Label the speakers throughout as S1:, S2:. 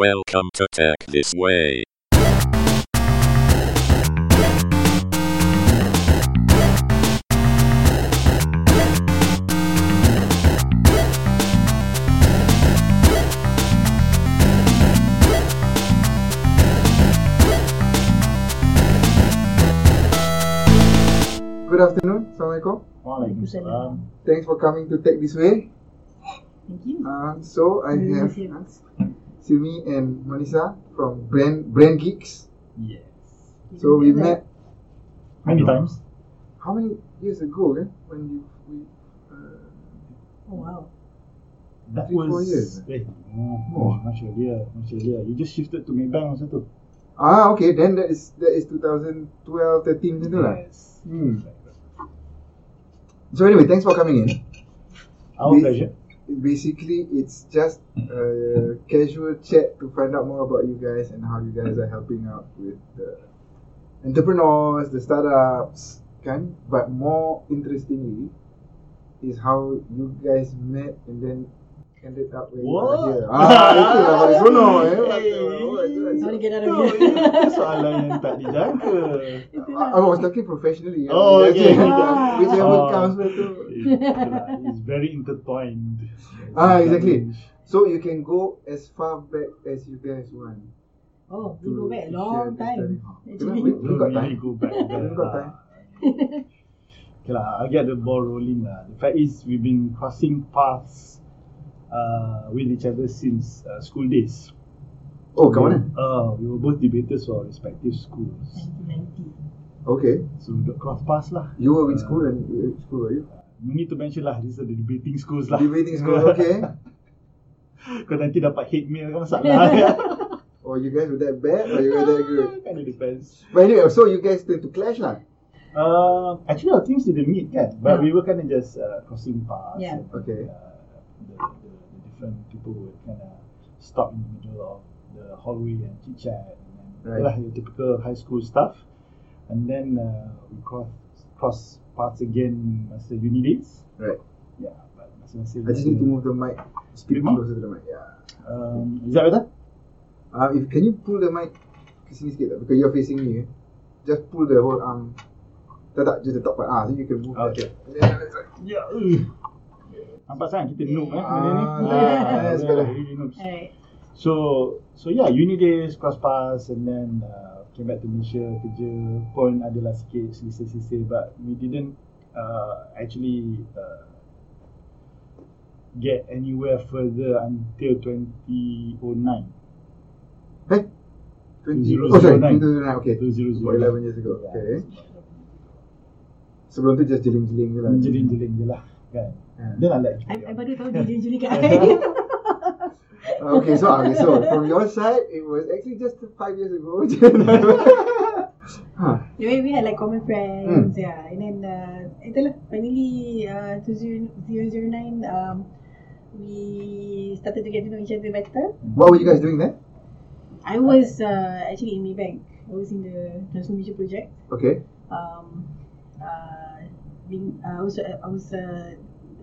S1: Welcome to Tech This Way.
S2: Good afternoon. Assalamualaikum.
S3: Waalaikumsalam.
S2: Thanks for coming to Tech This Way.
S3: Thank you.
S2: Um, so I
S3: Mm,
S2: have
S3: yes.
S2: Silmi and Manisa from Brand Brand Geeks.
S4: Yes.
S2: So we met
S4: Many times.
S2: how many years ago? Eh? When you we uh,
S3: Oh wow.
S4: That
S2: Three, four
S4: was
S2: years.
S4: Eh, no, oh, much earlier, much earlier. You just shifted to Maybank masa tu.
S2: ah okay then that is that is 2012 13 macam tu lah.
S4: Yes.
S2: Hmm. So anyway, thanks for coming in.
S4: Our
S2: This-
S4: pleasure.
S2: Basically, it's just a casual chat to find out more about you guys and how you guys are helping out with the entrepreneurs, the startups, kan? But more interestingly, is how you guys met and then ended up where
S4: What?
S2: you are here. Ah, itulah baru sono eh.
S3: How to get out
S4: No,
S3: of
S4: itu
S3: here?
S4: soalan yang tak dijangka.
S2: I,
S3: lah.
S2: I was talking professionally. eh.
S4: Oh, okay.
S2: Whichever- Whichever
S4: Ah.
S2: comes first tu.
S4: Itulah, It's very intertwined.
S2: Ah, exactly. So you can go as far back as you guys want.
S3: Oh, we go back a long time.
S2: We,
S3: Actually.
S2: we
S4: Don't
S2: got
S4: really
S2: time.
S4: go back.
S2: We
S4: there
S2: got time.
S4: Okay lah, I'll get the ball rolling lah. The fact is, we've been crossing paths uh, with each other since uh, school days.
S2: Oh, kat mana?
S4: Uh, we were both debaters for our respective schools.
S3: 1990.
S2: Okay.
S4: So we got cross paths lah.
S2: You were with school and you were with school were you?
S4: No need to mention lah, these are the debating schools lah.
S2: Debating school, okay.
S4: Kau nanti dapat hate mail kan masalah.
S2: Or you guys were that bad or you were that good?
S4: kind of depends.
S2: But anyway, so you guys tend to clash lah.
S4: Uh, actually our teams didn't meet kan, but
S3: Yeah.
S4: we were kind of just uh, crossing paths.
S3: Yeah.
S4: and,
S2: Okay.
S4: Uh, the, the, the different people would kind of stop in the middle of the hallway and chit chat and then
S2: Right.
S4: lah, your typical high school stuff. And then uh, we cross cross paths again masa uni days.
S2: Right.
S4: Yeah, but masa-masa
S2: I just need to move the mic. Speak
S4: Bit more?
S2: closer to the mic. Yeah.
S4: Um, is that better?
S2: Uh, if can you pull the mic ke sini sikit tak? Because you're facing me. Eh? Just pull the whole arm. Tak tak, just the top part. Ah, so you can move that.
S4: Okay.
S2: Yeah, that's right.
S4: Ya. Nampak sangat kita noob eh benda ni.
S2: Ah,
S3: yeah,
S2: that's better.
S4: really noobs.
S3: Alright.
S4: So so yeah, uni days, cross pass and then uh, came back to Malaysia kerja pun adalah sikit sisa-sisa but we didn't uh, actually uh, get anywhere further until 2009.
S2: Eh? 20,
S4: 2009.
S2: oh sorry, 2009. Okay.
S4: 2009.
S2: About 11 years ago.
S4: Yeah.
S2: Okay. Sebelum tu just jeling-jeling je lah.
S4: Jeling-jeling je lah kan.
S2: Hmm.
S4: Then I like
S3: I, I baru tahu dia jeli kat I.
S2: Okay, so okay, so from your side, it was actually just five years ago. huh.
S3: The way we had like common friends,
S2: Hmm.
S3: yeah. And then uh, itulah finally uh, 2009 um, we started to get to know each other better.
S2: What were you guys doing then?
S3: I was uh, actually in Maybank. I was in the transformation project.
S2: Okay.
S3: um, uh, being uh, I was uh, I was uh,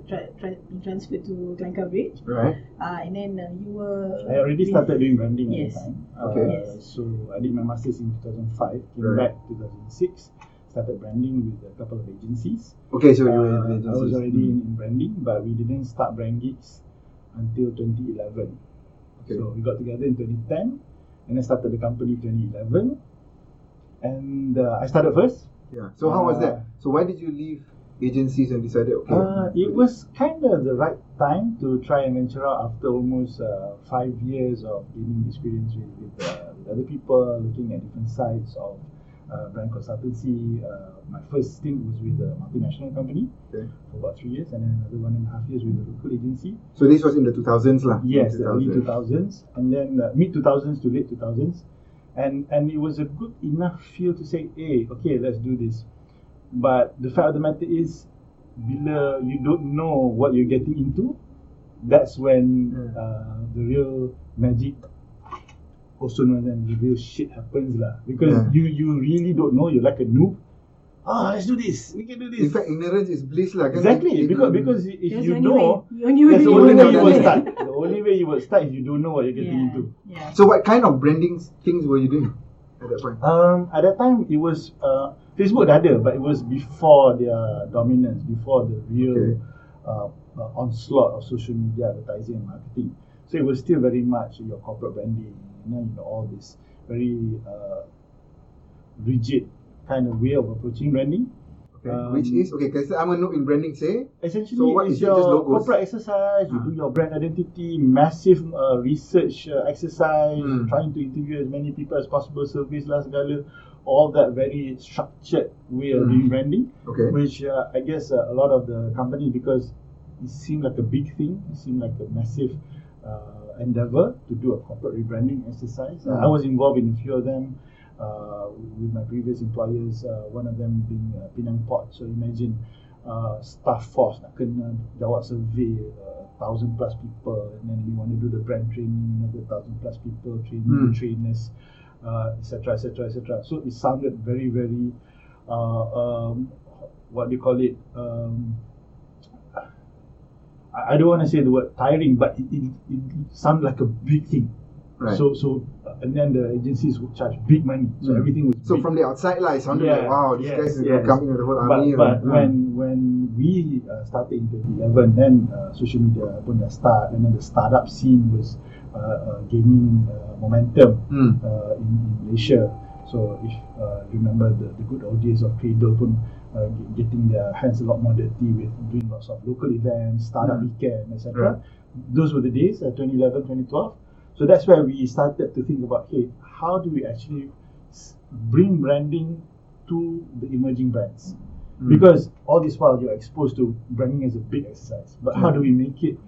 S3: tra- tra- being transferred to Klang Bridge,
S2: Right.
S3: uh, and then uh, you were.
S4: I already started doing branding
S3: Yes.
S4: at the time.
S2: Okay.
S4: Uh,
S3: Yes.
S4: So I did my masters in 2005, came
S2: Right.
S4: back 2006, started branding with a couple of agencies.
S2: Okay, so you were
S4: Uh,
S2: in the
S4: I was
S2: agencies.
S4: already in, in branding, but we didn't start Brand Geeks until 2011.
S2: Okay.
S4: So we got together in 2010, and I started the company 2011. And uh, I started first.
S2: Yeah. So how was
S4: Uh,
S2: that? So why did you leave agencies and decided? Okay.
S4: Uh, it was kind of the right time to try and venture out after almost uh, five years of gaining experience with, with, uh, with other people, looking at different sides of uh, brand consultancy. Uh, my first thing was with a multinational company
S2: Okay.
S4: for about three years, and then another one and a half years with a local agency.
S2: So this was in the 2000s lah.
S4: Yes, the early
S2: 2000s.
S4: 2000s, and then uh, mid 2000s to late 2000s, and and it was a good enough feel to say, hey, okay, let's do this. But the fact of the matter is, bila you don't know what you're getting into, that's when
S2: Hmm.
S4: uh, the real magic, also known as the real shit happens lah. Because
S2: Yeah.
S4: you you really don't know. You're like a noob. Ah, let's do this. We can do this.
S2: In fact, ignorance is bliss lah. kan?
S4: exactly
S2: It-
S4: because
S2: it-
S4: because if
S3: There's
S4: you
S3: only
S4: know.
S3: way. You only
S4: That's the only
S2: way to
S4: way you will
S2: do it.
S4: start. The only only way you would start if you don't know what you're getting into.
S3: yeah.
S2: So what kind of branding things were you doing at that point?
S4: Um, at that time, it was uh, Facebook dah ada, but it was before their dominance, before the
S2: Okay.
S4: real uh, uh, onslaught of social media advertising and marketing. So it was still very much your corporate branding, you know, you know all this very uh, rigid kind of way of approaching branding.
S2: Okay.
S4: Um,
S2: Which is okay. Because I'm a noob in branding, say.
S4: Essentially,
S2: So what is
S4: it's
S2: it? Just
S4: your
S2: logos?
S4: corporate exercise. You
S2: Ah.
S4: do your brand identity, massive uh, research uh, exercise,
S2: Hmm.
S4: trying to interview as many people as possible, surveys lah segala. All that very structured way of
S2: Hmm.
S4: doing branding,
S2: Okay.
S4: which uh, I guess uh, a lot of the companies because it seemed like a big thing, it seemed like a massive uh, endeavor to do a corporate rebranding exercise. Uh,
S2: Hmm.
S4: I was involved in a few of them. Uh, with my previous employers, uh, one of them being uh, Penang Port. So imagine uh, staff force nak kena jawab survey uh, thousand plus people and then we want to do the brand training another thousand plus people training
S2: Hmm.
S4: trainers uh, etc etc etc so it sounded very very uh, um, what do you call it um, I I don't want to say the word tiring, but it, it, it sounded like a big thing.
S2: Right. So,
S4: So, so, uh, and then the agencies would charge big money. So
S2: Mm.
S4: everything was big.
S2: from the outside, like, it sounded like,
S4: Yeah,
S2: wow, this
S4: yeah,
S2: guy is
S4: yes.
S2: coming with the whole
S4: but,
S2: army. and,
S4: but
S2: mm,
S4: when when we uh, started in 2011 then uh, social media pun dah start and then the startup scene was uh, uh, gaining uh, momentum
S2: Hmm.
S4: uh, in, in Malaysia so if uh, you remember the, the good old days of Cradle pun uh, ge- getting their hands a lot more dirty with doing lots of local events startup
S2: Hmm.
S4: weekend etc
S2: Right.
S4: those were the days uh, 2011 2012 so that's where we started to think about hey how do we actually s- bring branding to the emerging brands
S2: Hmm.
S4: because all this while you're exposed to branding as a big exercise. But how
S2: Yeah.
S4: do we make it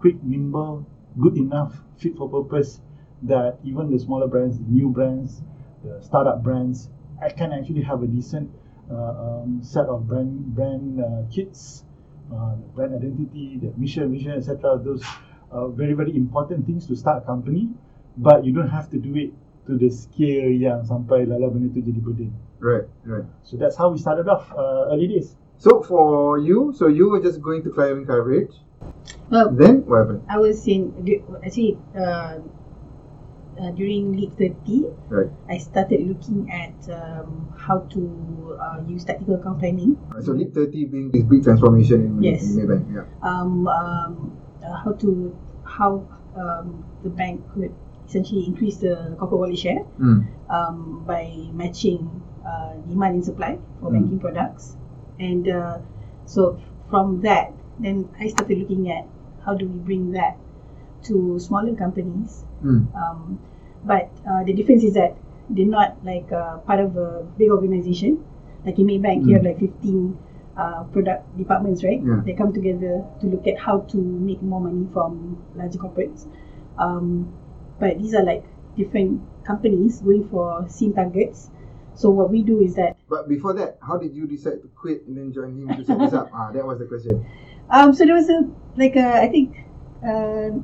S4: quick, nimble, good enough, fit for purpose that even the smaller brands, the new brands, the startup brands, I can actually have a decent uh, um, set of brand brand uh, kits, uh, brand identity, the mission, vision, etc. Those uh, very very important things to start a company, but you don't have to do it to the scale yang sampai lala benda tu jadi burden.
S2: Right, right.
S4: So that's how we started off uh, early days.
S2: So for you, so you were just going to climbing coverage.
S3: Well,
S2: Then what happened?
S3: I was in du- actually uh, uh, during League 30,
S2: Right.
S3: I started looking at um, how to uh, use tactical account planning,
S2: Right, So Leap 30 being this big transformation in,
S3: Yes.
S2: in Maybank. Yeah.
S3: um, um, uh, how to how um, the bank could essentially increase the corporate wallet share
S2: Hmm.
S3: um, by matching uh, demand and supply for
S2: Mm.
S3: banking products. And uh, so from that, then I started looking at how do we bring that to smaller companies
S2: Hmm.
S3: Um, but uh, the difference is that they're not like uh, part of a big organization. Like in Maybank, you
S2: Mm.
S3: have like 15 uh, product departments, right?
S2: Yeah.
S3: They come together to look at how to make more money from larger corporates. Um, but these are like different companies going for same targets. So what we do is that
S2: But before that, how did you decide to quit and then join him to set this up? Ah, that was the question.
S3: um, so there was a like a, I think uh,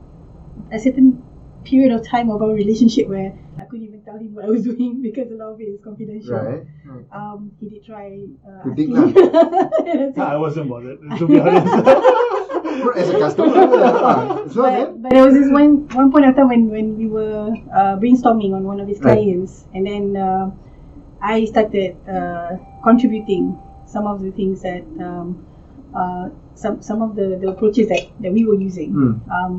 S3: a certain period of time of our relationship where I couldn't even tell him what I was doing because a lot of it is confidential.
S2: Right. right.
S3: Um, he did try. Uh,
S2: He did
S3: asking-
S4: Ah, I wasn't bothered, to be honest.
S2: But as a customer, ah, so
S3: but,
S2: then,
S3: but there was this one one point of time when, when we were uh, brainstorming on one of his
S2: Right.
S3: clients, and then uh, I started uh, contributing some of the things that um, uh, some some of the, the approaches that, that we were using
S2: Hmm.
S3: um,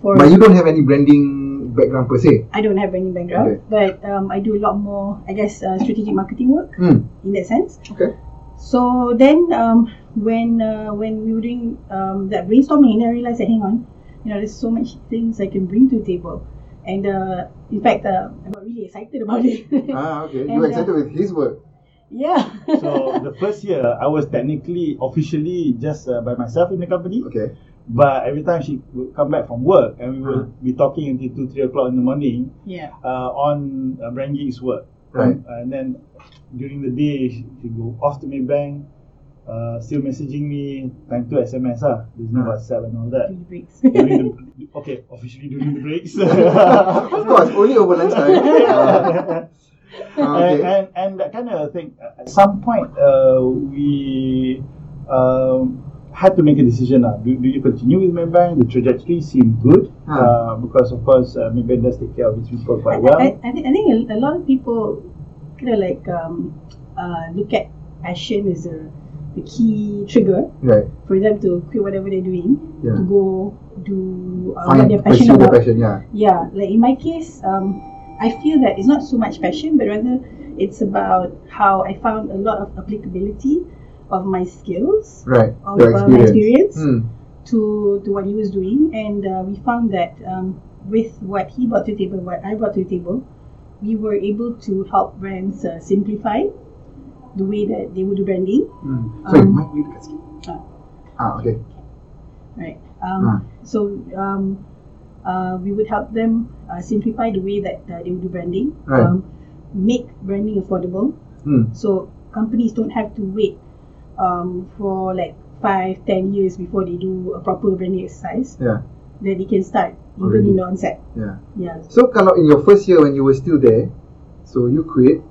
S3: for.
S2: but you don't have any branding background per se.
S3: I don't have any background, but um, I do a lot more, I guess, uh, strategic marketing work
S2: Hmm.
S3: in that sense.
S2: Okay.
S3: So then, um, when uh, when we were doing um, that brainstorming, and I realized that hang on, you know, there's so much things I can bring to the table, and uh, in fact, uh, I got really excited about it.
S2: Ah, okay. You
S3: And, uh,
S2: excited with his work.
S3: yeah.
S4: so the first year, I was technically, officially, just uh, by myself in the company.
S2: Okay.
S4: But every time she would come back from work, and we would be talking until two, three o'clock in the morning
S3: yeah.
S4: uh, on uh, Brangi's work. Uh,
S2: Right.
S4: and then during the day, she she go off to Maybank, uh, still messaging me, time to SMS ah. There's no
S2: Hmm.
S4: WhatsApp and all that.
S3: During the breaks.
S4: During the, okay, officially during the breaks.
S2: of course, only over lunchtime. Ah, ah,
S4: and,
S2: okay.
S4: and, and that kind of thing. At some point, uh, we uh, um, had to make a decision. Uh, do, do you continue with Maybank? The trajectory seemed good
S2: Ah.
S4: uh, because, of course, uh, Maybank does take care of its people
S3: I,
S4: quite well.
S3: I, I, think, I think a lot of people kind of like um, uh, look at passion as a, the key trigger
S2: Right.
S3: for them to quit whatever they're doing
S2: Yeah.
S3: to go do uh,
S2: Find,
S3: what they're
S2: pursue
S3: passionate
S2: the
S3: about.
S2: passion. Yeah.
S3: Yeah, like in my case, um, I feel that it's not so much passion, but rather it's about how I found a lot of applicability of my skills,
S2: Right.
S3: of
S2: Your
S3: uh, my
S2: experience.
S3: experience
S2: Hmm.
S3: to, to what he was doing. And uh, we found that um, with what he brought to the table, what I brought to the table, we were able to help brands uh, simplify the way that they would do branding.
S4: Mm.
S2: Sorry,
S3: Um,
S2: mic ni dekat sikit.
S3: Ah.
S2: Ah, okay.
S3: Right. Um,
S2: Ah.
S3: So um, uh, we would help them uh, simplify the way that uh, they would do branding,
S2: Right.
S3: um, make branding affordable.
S2: Hmm.
S3: So companies don't have to wait um, for like five, ten years before they do a proper branding exercise.
S2: Yeah.
S3: Then they can start even in the onset.
S2: Yeah.
S3: Yeah.
S2: So kalau in your first year when you were still there, so you quit.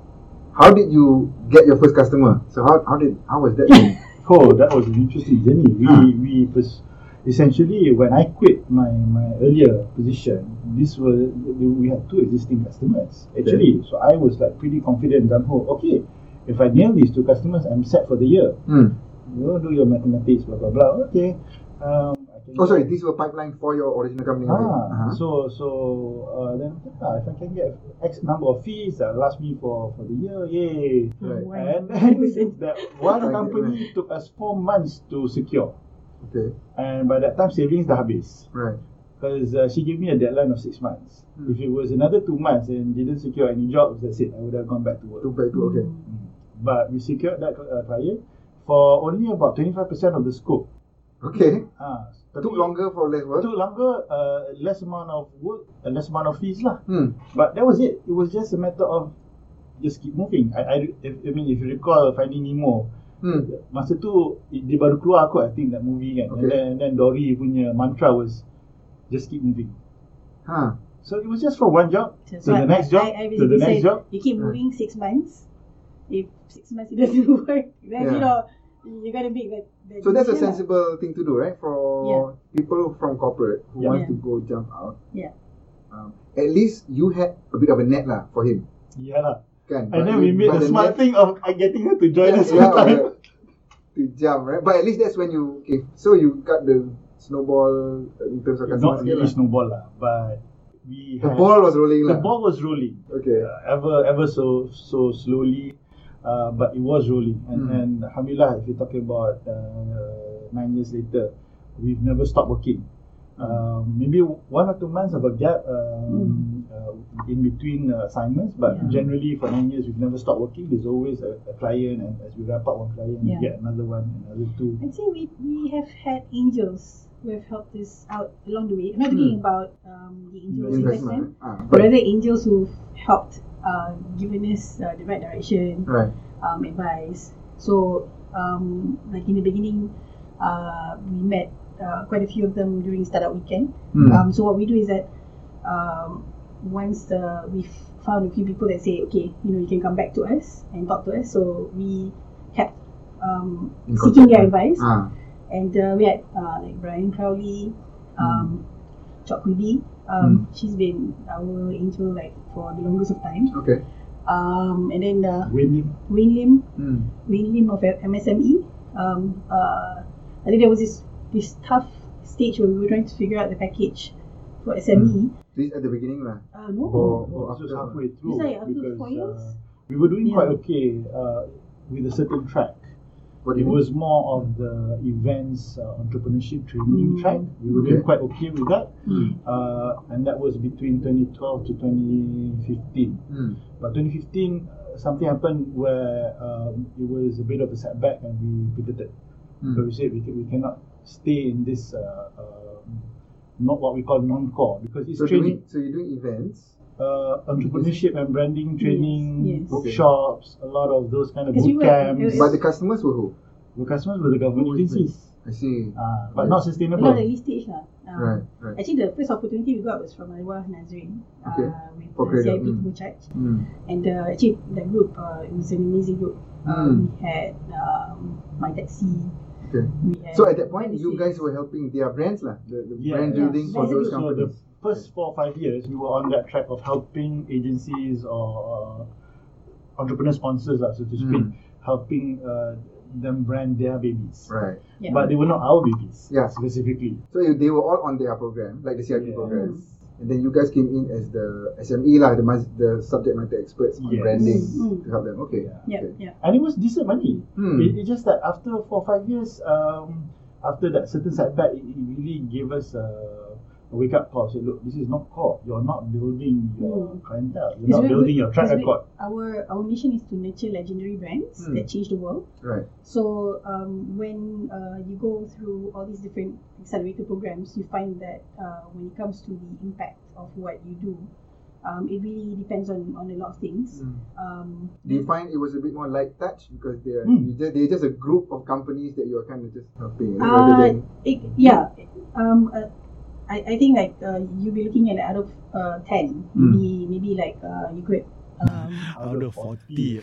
S2: How did you get your first customer? So how how did how was that? thing?
S4: Oh, that was an interesting journey. We
S2: Ah.
S4: we pers- essentially when I quit my, my earlier position, this were we had two existing customers actually. So I was like pretty confident gung ho. Okay, if I nail these two customers, I'm set for the year.
S2: hmm.
S4: You know, do your mathematics, blah blah blah. Okay. Um, I can
S2: Oh, sorry. These were pipeline for your original company.
S4: Ah,
S2: okay. Uh-huh.
S4: so so uh, then okay lah, if I can get X number of fees that last me for, for the year, yay!
S2: Right.
S4: And
S3: Why-
S4: then that one
S2: Target,
S4: company took us four months to secure.
S2: Okay.
S4: And by that time, savings dah habis.
S2: Right.
S4: Because uh, she gave me a deadline of six months.
S2: Hmm.
S4: If it was another two months and didn't secure any jobs, that's it. I would have gone back to work.
S2: Two by two. Okay.
S4: Hmm. But we secured that uh, client for only about 25% of the scope.
S2: Okay.
S4: Ah, tapi
S2: Took longer for less work.
S4: Took longer, uh, less amount of work, uh, less amount of fees lah.
S2: Hmm.
S4: But that was it. It was just a matter of just keep moving. I, I, if, I mean, if you recall Finding Nemo,
S2: Hmm.
S4: masa tu dia baru keluar kot I think that movie kan
S2: Okay.
S4: and then, and then Dory punya mantra was just keep moving
S2: Huh.
S4: so it was just for one job
S3: That's
S4: to
S3: why
S4: the next job
S3: I, I
S4: to the
S3: basically
S4: next
S3: said,
S4: job
S3: You keep
S2: Yeah.
S3: moving six months. If six months it doesn't work, then
S2: Yeah.
S3: you know you gotta make that. that
S2: So that's a
S3: decision lah.
S2: sensible thing to do, right? For people from corporate who
S4: Yeah.
S2: wants
S3: Yeah.
S2: to go jump out.
S3: Yeah.
S2: Um, at least you had a bit of a net lah for him.
S4: yeah lah
S2: Kan? But
S4: and then
S2: you-
S4: we made
S2: but
S4: the smart
S2: net-
S4: thing of uh, getting her to join
S2: yeah,
S4: us one
S2: yeah,
S4: time
S2: yeah. to jump, right? But at least that's when you okay. So you got the snowball in terms of customer
S4: not
S2: scale.
S4: really
S2: lah.
S4: snowball lah but we
S2: The
S4: had-
S2: ball was rolling
S4: the
S2: lah.
S4: ball was rolling
S2: Okay.
S4: uh, ever ever so so slowly, uh, but it was rolling. And,
S3: Hmm.
S2: Mm.
S4: and alhamdulillah, if you're talking about uh, nine years later, we've never stopped working.
S3: Hmm.
S4: Um, maybe one or two months of a gap um, uh, in between uh, assignments, but
S3: Yeah.
S4: generally for nine years we've never stopped working. There's always a, a client, and as we wrap up one client, we
S3: Yeah.
S4: get another one, another two.
S3: I'd say we, we have had angels who have helped us out along the way. I'm not talking about um, the angels investment,
S2: Investment. Ah,
S3: but
S2: but,
S3: rather angels who've helped, uh, given us uh, the right direction,
S2: right.
S3: um, advice. So, um, like in the beginning, uh, we met uh, quite a few of them during Startup Weekend.
S2: Hmm.
S3: Um, so what we do is that um, once the, we've found a few people that say, okay, you know, you can come back to us and talk to us. So we kept um,
S2: In
S3: seeking their
S2: contact.
S3: advice
S2: Ah,
S3: and uh, we had uh, like Brian Crowley,
S2: Hmm.
S3: um, Chok Hui Bee. Um, She's been our angel like for the longest of time.
S2: okay.
S3: Um, and then uh,
S4: Winning.
S3: Wayne Lim,
S2: Hmm.
S3: Wayne Lim of M- MSME. Um, uh, I think there was this this tough stage where we were trying to figure out the package for
S5: Hmm.
S3: SME.
S2: This at the beginning lah.
S3: Uh, no,
S2: Oh, oh,
S4: this was
S2: after-
S4: halfway through.
S3: It's like after four years?
S4: uh, we were doing
S3: Yeah.
S4: quite okay uh, with a certain track.
S2: What do
S4: It
S2: you mean?
S4: was more of the events uh, entrepreneurship training
S3: Mm.
S4: track. We were doing
S2: Mm-hmm. Okay.
S4: quite okay with that,
S3: Mm.
S4: uh, and that was between 2012 to 2015.
S2: Hmm.
S4: But 2015, uh, something happened where um, it was a bit of a setback, and we pivoted.
S2: Hmm.
S4: But we said we, ca- we cannot stay in this uh, um, not what we call non-core because it's
S2: So, doing,
S4: training
S2: so you're doing events.
S4: uh, entrepreneurship and branding training
S3: yes.
S4: workshops, a lot of those kind of
S3: Because we
S4: boot
S3: were-
S4: camps.
S3: Yes.
S2: But the customers were who?
S4: the customers were the government
S2: Who is
S4: agencies,
S2: I see.
S5: Ah.
S6: Ah,
S4: uh, but not sustainable.
S3: Not early stage lah. Um,
S2: Right, right.
S3: Actually, the first opportunity we got was from Arwah Nazrin uh,
S2: Okay.
S3: with
S2: For
S3: the
S2: Credo,
S3: CIP
S2: mm.
S3: Timur Charge.
S2: Hmm.
S3: And uh, actually,
S5: Hmm.
S3: Uh, that group uh, it was an amazing group. Um, we had um, my taxi,
S5: Okay.
S7: we have
S5: So at that point, you
S7: NDCs.
S5: guys were helping their brands lah, the, the
S6: Yeah,
S5: brand
S6: yeah.
S5: building for
S7: Brand
S5: those
S7: building.
S6: So the
S5: companies.
S6: first four or five years, we were on that track of helping agencies or uh, entrepreneur sponsors, lah, so to speak,
S5: Mm.
S6: helping uh, them brand their babies.
S5: Right.
S7: Yeah.
S6: But they were not our babies,
S5: Yeah.
S6: specifically.
S5: So you, they were all on their program, like the CIP
S6: Yeah.
S5: program, and then you guys came in as the SME lah, the mas- the subject matter experts on
S6: Yes.
S5: branding
S7: Mm, mm.
S5: to help them. Okay.
S6: Yeah.
S7: yeah,
S5: Okay.
S7: yeah.
S6: And it was decent money.
S5: Hmm.
S6: It, it's just that after four or five years, um, after that certain setback, it, it really gave us a, a wake up call. Say, look, this is not core. You're not building your
S7: Mm.
S6: clientele. You're
S7: It's
S6: not
S7: very-
S6: building your track
S7: it's very-
S6: record.
S7: Our our mission is to nurture legendary brands
S5: Mm.
S7: that change the world.
S5: Right.
S7: So um, when uh, you go through all these different accelerator programs, you find that uh, when it comes to the impact of what you do, um, it really depends on, on a lot of things.
S5: Mm.
S7: Um,
S5: Do you find it was a bit more light touch because they are
S6: Hmm.
S5: you just, they're just a group of companies that you're kind of just helping
S7: Uh,
S5: rather than
S7: it, yeah, um, uh, I, I think like uh, you'll be looking at out of uh, ten,
S5: Mm.
S7: maybe maybe like uh, you could. Um,
S4: out of 40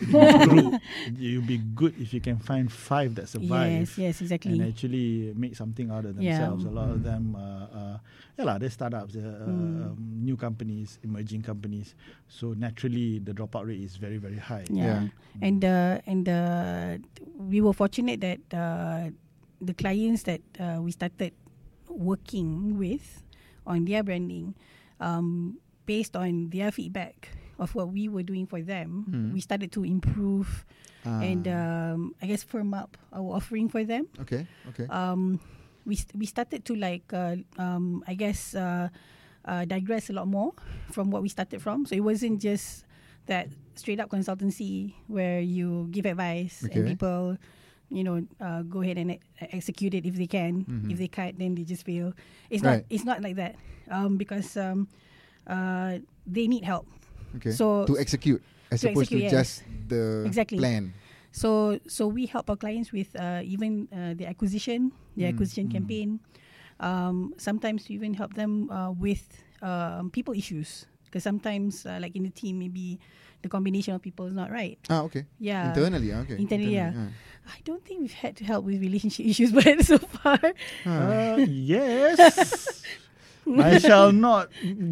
S6: 40.
S4: group, you'll be good if you can find five that survive
S3: Yes, yes, exactly.
S4: and actually make something out of
S3: Yeah. Mm.
S4: themselves. A lot of them, uh, uh, yeah, lah, they're startups, uh, um, new companies, emerging companies. So naturally, the dropout rate is very, very high.
S3: yeah. And uh, and uh, we were fortunate that uh, the clients that uh, we started working with on their branding, um, based on their feedback of what we were doing for them, we started to improve and um, I guess firm up our offering for them.
S2: Okay. Okay.
S3: Um, we st- we started to like uh, um, I guess uh, uh, digress a lot more from what we started from. So it wasn't just that straight up consultancy where you give advice and
S2: Okay.
S3: people, you know, uh, go ahead and e- execute it if they can. If they can't, then they just fail. It's
S2: Mm-hmm. Right.
S3: not it's not like that um, because um, uh, they need help.
S2: okay.
S3: so-
S2: to execute as
S3: to
S2: opposed to
S3: execute, yes.
S2: just the
S3: Exactly.
S2: plan.
S3: So so we help our clients with uh, even uh, the acquisition, the
S4: Mm,
S3: acquisition campaign. Um, sometimes we even help them uh, with um, people issues because sometimes uh, like in the team maybe the combination of people is not right.
S2: Ah, okay.
S3: Yeah.
S2: Internally, ah, okay.
S3: Internally, I don't think we've had to help with relationship issues, but so far,
S4: Uh, yes. I shall not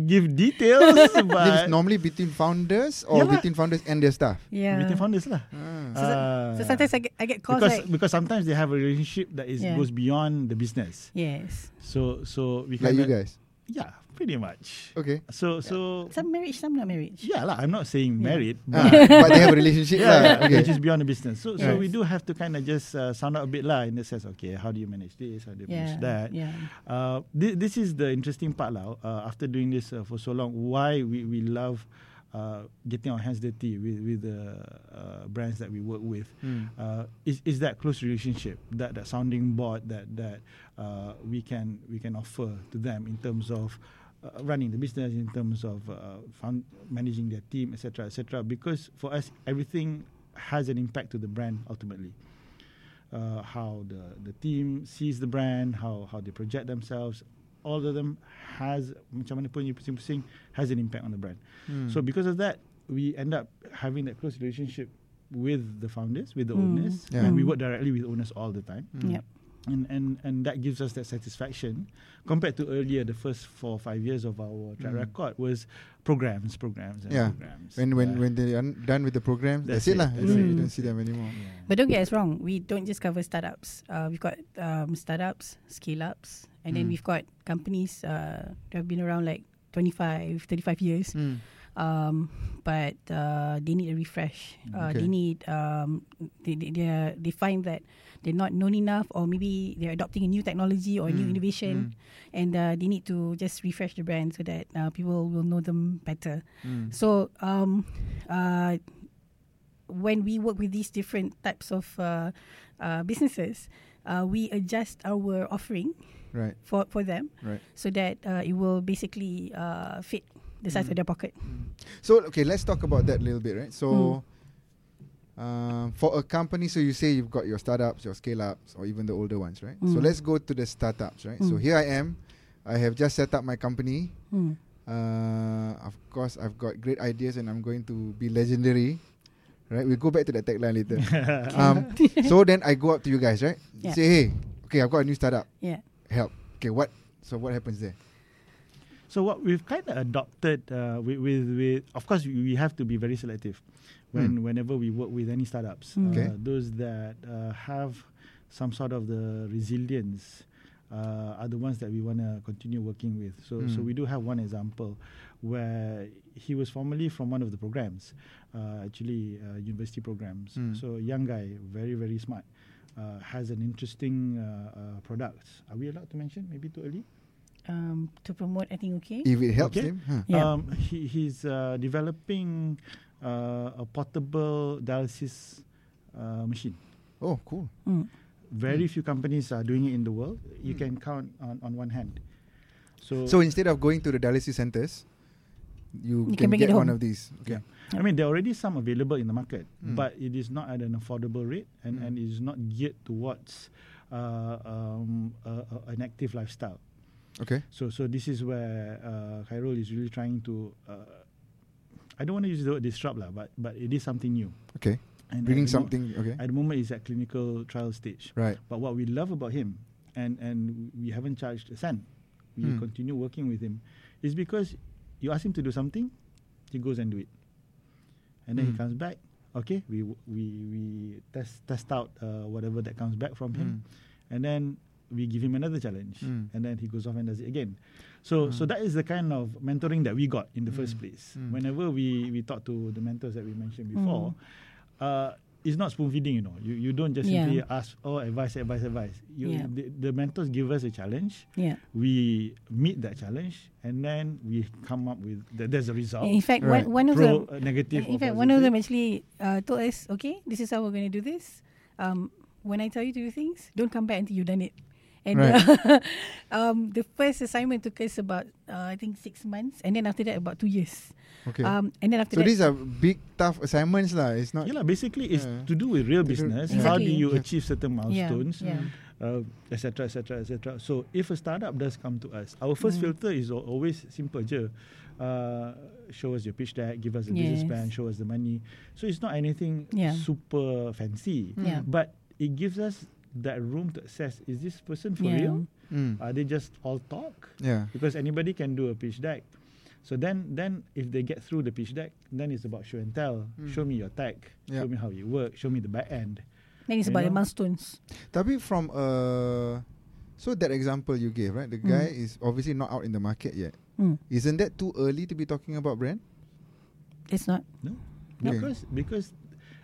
S4: give details,
S2: This is
S4: but
S2: normally between founders or
S4: Yeah lah.
S2: between founders and their staff.
S3: yeah.
S4: meeting founders lah.
S2: Ah.
S3: So, so- so sometimes I get, I get calls
S4: because
S3: like
S4: because sometimes they have a relationship that is
S3: Yeah.
S4: goes beyond the business.
S3: yes,
S4: So so we
S2: Like
S4: can
S2: you guys.
S4: yeah, pretty much.
S2: Okay.
S4: So so
S3: some marriage, some not marriage.
S4: yeah lah. I'm not saying married,
S2: Ah,
S4: but
S2: but they have a relationship.
S4: yeah,
S2: lah.
S4: yeah,
S2: Okay.
S4: which is beyond the business. So so
S3: Yes.
S4: we do have to kind of just uh, sound out a bit lah in the sense. Okay, how do you manage this? How do you
S3: Yeah,
S4: manage that?
S3: yeah.
S4: Uh, thi- this is the interesting part lah. Uh, after doing this uh, for so long, why we we love. Uh, getting our hands dirty with, with the uh, brands that we work with uh, is, is that close relationship that, that sounding board that that uh, we can we can offer to them in terms of uh, running the business in terms of uh, found, managing their team etc etc because for us everything has an impact to the brand ultimately uh, how the, the team sees the brand, how how they project themselves, all of them has macam mana pun you pusing-pusing has an impact on the brand.
S2: Hmm.
S4: So because of that, we end up having that close relationship with the founders, with the owners,
S2: Hmm. Yeah.
S4: and we work directly with owners all the time.
S3: Yep.
S4: And, and and that gives us that satisfaction compared to earlier the first four or five years of our track record was programs programs and
S2: Hmm. Yeah.
S4: programs
S2: When when
S4: Yeah.
S2: when they are done with the program, that's,
S4: That's
S2: it,
S4: it, Hmm.
S2: lah. You
S4: that's
S2: don't,
S3: it.
S2: you don't see them anymore.
S3: But don't get us wrong, we don't just cover startups. Uh, we've got um, startups, scale ups, and
S2: Mm.
S3: then we've got companies uh, that have been around like 25, 35 years.
S2: Mm.
S3: Um, but uh, they need a refresh. Uh,
S2: Okay.
S3: They need, um, they, they, they, are, they find that they're not known enough, or maybe they're adopting a new technology or a new innovation, and uh, they need to just refresh the brand so that uh, people will know them better. So, um, uh, when we work with these different types of uh, uh, businesses, uh, we adjust our offering
S2: Right.
S3: for, for them
S2: Right.
S3: so that uh, it will basically uh, fit the size of their pocket.
S2: So okay, let's talk about that a little bit, right? So, um, for a company, so you say you've got your startups, your scale ups, or even the older ones, right? So
S3: Mm.
S2: let's go to the startups, right? So
S3: Mm.
S2: here I am, I have just set up my company.
S3: Mm.
S2: Uh, of course, I've got great ideas, and I'm going to be legendary, right? We'll go back to that tagline later. um, so then I go up to you guys, right?
S3: Yeah.
S2: Say, hey, okay, I've got a new startup.
S3: Yeah.
S2: Help. Okay, what? So what happens there?
S4: So what we've kind of adopted uh, with, with, with, of course, we we have to be very selective when whenever we work with any startups.
S3: Mm.
S2: Okay.
S4: Uh, those that uh, have some sort of the resilience uh, are the ones that we want to continue working with. So, so
S2: Mm.
S4: we do have one example where he was formerly from one of the programs, uh, actually uh, university programs.
S2: Mm.
S4: So a young guy, very very smart. Uh, has an interesting uh, uh, product. Are we allowed to mention? Maybe too early.
S3: Um, to promote, I think okay.
S2: If it helps
S4: Okay.
S2: him, huh.
S3: Yeah.
S4: Um, he, he's uh, developing uh, a portable dialysis uh, machine.
S2: oh, cool.
S3: Mm.
S4: Very few companies are doing it in the world. You can count on, on one hand. So,
S2: So instead of going to the dialysis centers, you,
S3: You
S2: can,
S3: can bring
S2: get
S3: it
S2: one of
S3: home.
S2: these. Okay.
S4: I mean, there are already some available in the market,
S2: Mm.
S4: but it is not at an affordable rate and,
S2: Mm.
S4: and it is not geared towards uh, um, uh, an active lifestyle.
S2: Okay.
S4: So, so this is where uh, Khairul is really trying to. Uh, I don't want to use the word disrupt, lah, but but it is something new.
S2: Okay.
S4: And at
S2: Bringing
S4: the mo-
S2: something. Okay.
S4: At the moment, it's at clinical trial stage.
S2: Right.
S4: But what we love about him, and and we haven't charged a cent, we
S2: Hmm.
S4: continue working with him, is because you ask him to do something, he goes and do it, and then he
S2: Hmm.
S4: comes back. Okay, we w- we we test test out uh, whatever that comes back from him, and then we give him another challenge,
S2: Hmm.
S4: and then he goes off and does it again. So so that is the kind of mentoring that we got in the first place.
S2: Hmm.
S4: Whenever we we talk to the mentors that we mentioned before.
S3: Mm.
S4: Uh, it's not spoon feeding, you know. You, you don't just
S3: Yeah.
S4: simply ask, oh, advice, advice, advice. You,
S3: Yeah.
S4: the, the mentors give us a challenge.
S3: Yeah.
S4: We meet that challenge, and then we come up with th- there's a result.
S3: In fact,
S2: Right.
S3: one, one of
S4: pro,
S3: them.
S4: uh, negative. or
S3: In fact, one of
S4: positive.
S3: them actually uh, told us, okay, this is how we're going to do this. Um, when I tell you to do things, don't come back until you've done it. And uh, um, the first assignment took us about, uh, I think, six months. And then after that, about two years.
S2: Okay.
S3: Um, and then after
S2: so
S3: that,
S2: these are big tough assignments lah. It's not.
S4: Yeah, lah, basically, it's
S2: Yeah.
S4: to do with real
S2: To do-
S4: business.
S2: Yeah.
S4: How do
S3: Exactly.
S4: you
S2: Yeah.
S4: achieve certain
S3: yeah,
S4: milestones,
S3: yeah.
S4: uh, et cetera, et cetera, et cetera. So, if a startup does come to us, our first
S3: Mm.
S4: filter is al- always simple, je. Uh, show us your pitch deck, give us a business
S3: Yes.
S4: plan, show us the money. So, it's not anything
S3: Yeah. Mm.
S4: super fancy.
S3: Hmm. Yeah.
S2: Hmm.
S4: But it gives us that room to assess is this person for
S3: Yeah.
S4: real?
S2: Mm.
S4: Are they just all talk?
S2: Yeah.
S4: Because anybody can do a pitch deck. So then then if they get through the pitch deck, then it's about show and tell. Show me your tech,
S2: Yeah.
S4: show me how you work, show me the back end.
S3: Then
S4: You
S3: it's about the
S4: know?
S3: milestones.
S2: Tapi from uh, so that example you gave, right? The guy is obviously not out in the market yet.
S3: Mm.
S2: Isn't that too early to be talking about brand?
S3: It's not.
S4: No?
S2: Okay.
S4: Because because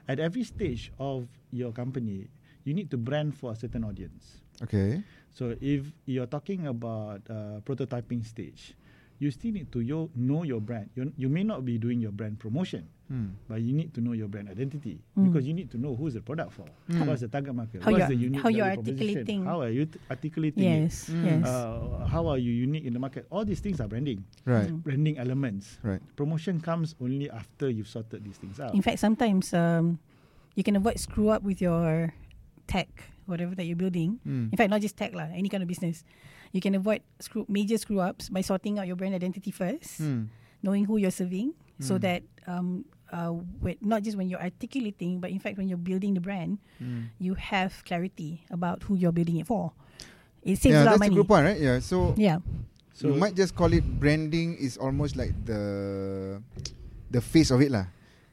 S4: at every stage of your company, you need to brand for a certain audience.
S2: Okay.
S4: So if you're talking about uh, prototyping stage, you still need to yo- know your brand. you you may not be doing your brand promotion,
S2: Hmm.
S4: but you need to know your brand identity
S3: Mm.
S4: because you need to know who's the product for, what's the target market,
S3: How
S4: what's
S3: you're-
S4: the unique
S3: how you're
S4: value proposition,
S3: articulating.
S4: how are you t- articulating it,
S3: Yes,
S2: Mm.
S3: yes. Hmm.
S4: uh, how are you unique in the market. All these things are branding,
S2: Right.
S3: Mm.
S4: branding elements.
S2: Right.
S4: Promotion comes only after you've sorted these things out.
S3: In fact, sometimes um, you can avoid screw up with your tech, whatever that you're building.
S2: Mm.
S3: In fact, not just tech lah, any kind of business. You can avoid screw, major screw ups by sorting out your brand identity first,
S2: Hmm.
S3: knowing who you're serving, so
S2: Mm.
S3: that um, uh, when, not just when you're articulating, but in fact when you're building the brand,
S2: Hmm.
S3: you have clarity about who you're building it for. It saves
S2: yeah,
S3: a
S2: that's
S3: lot of money.
S2: the good point, right? Yeah. So
S3: Yeah,
S4: so
S2: you might just call it branding is almost like the the face of it lah.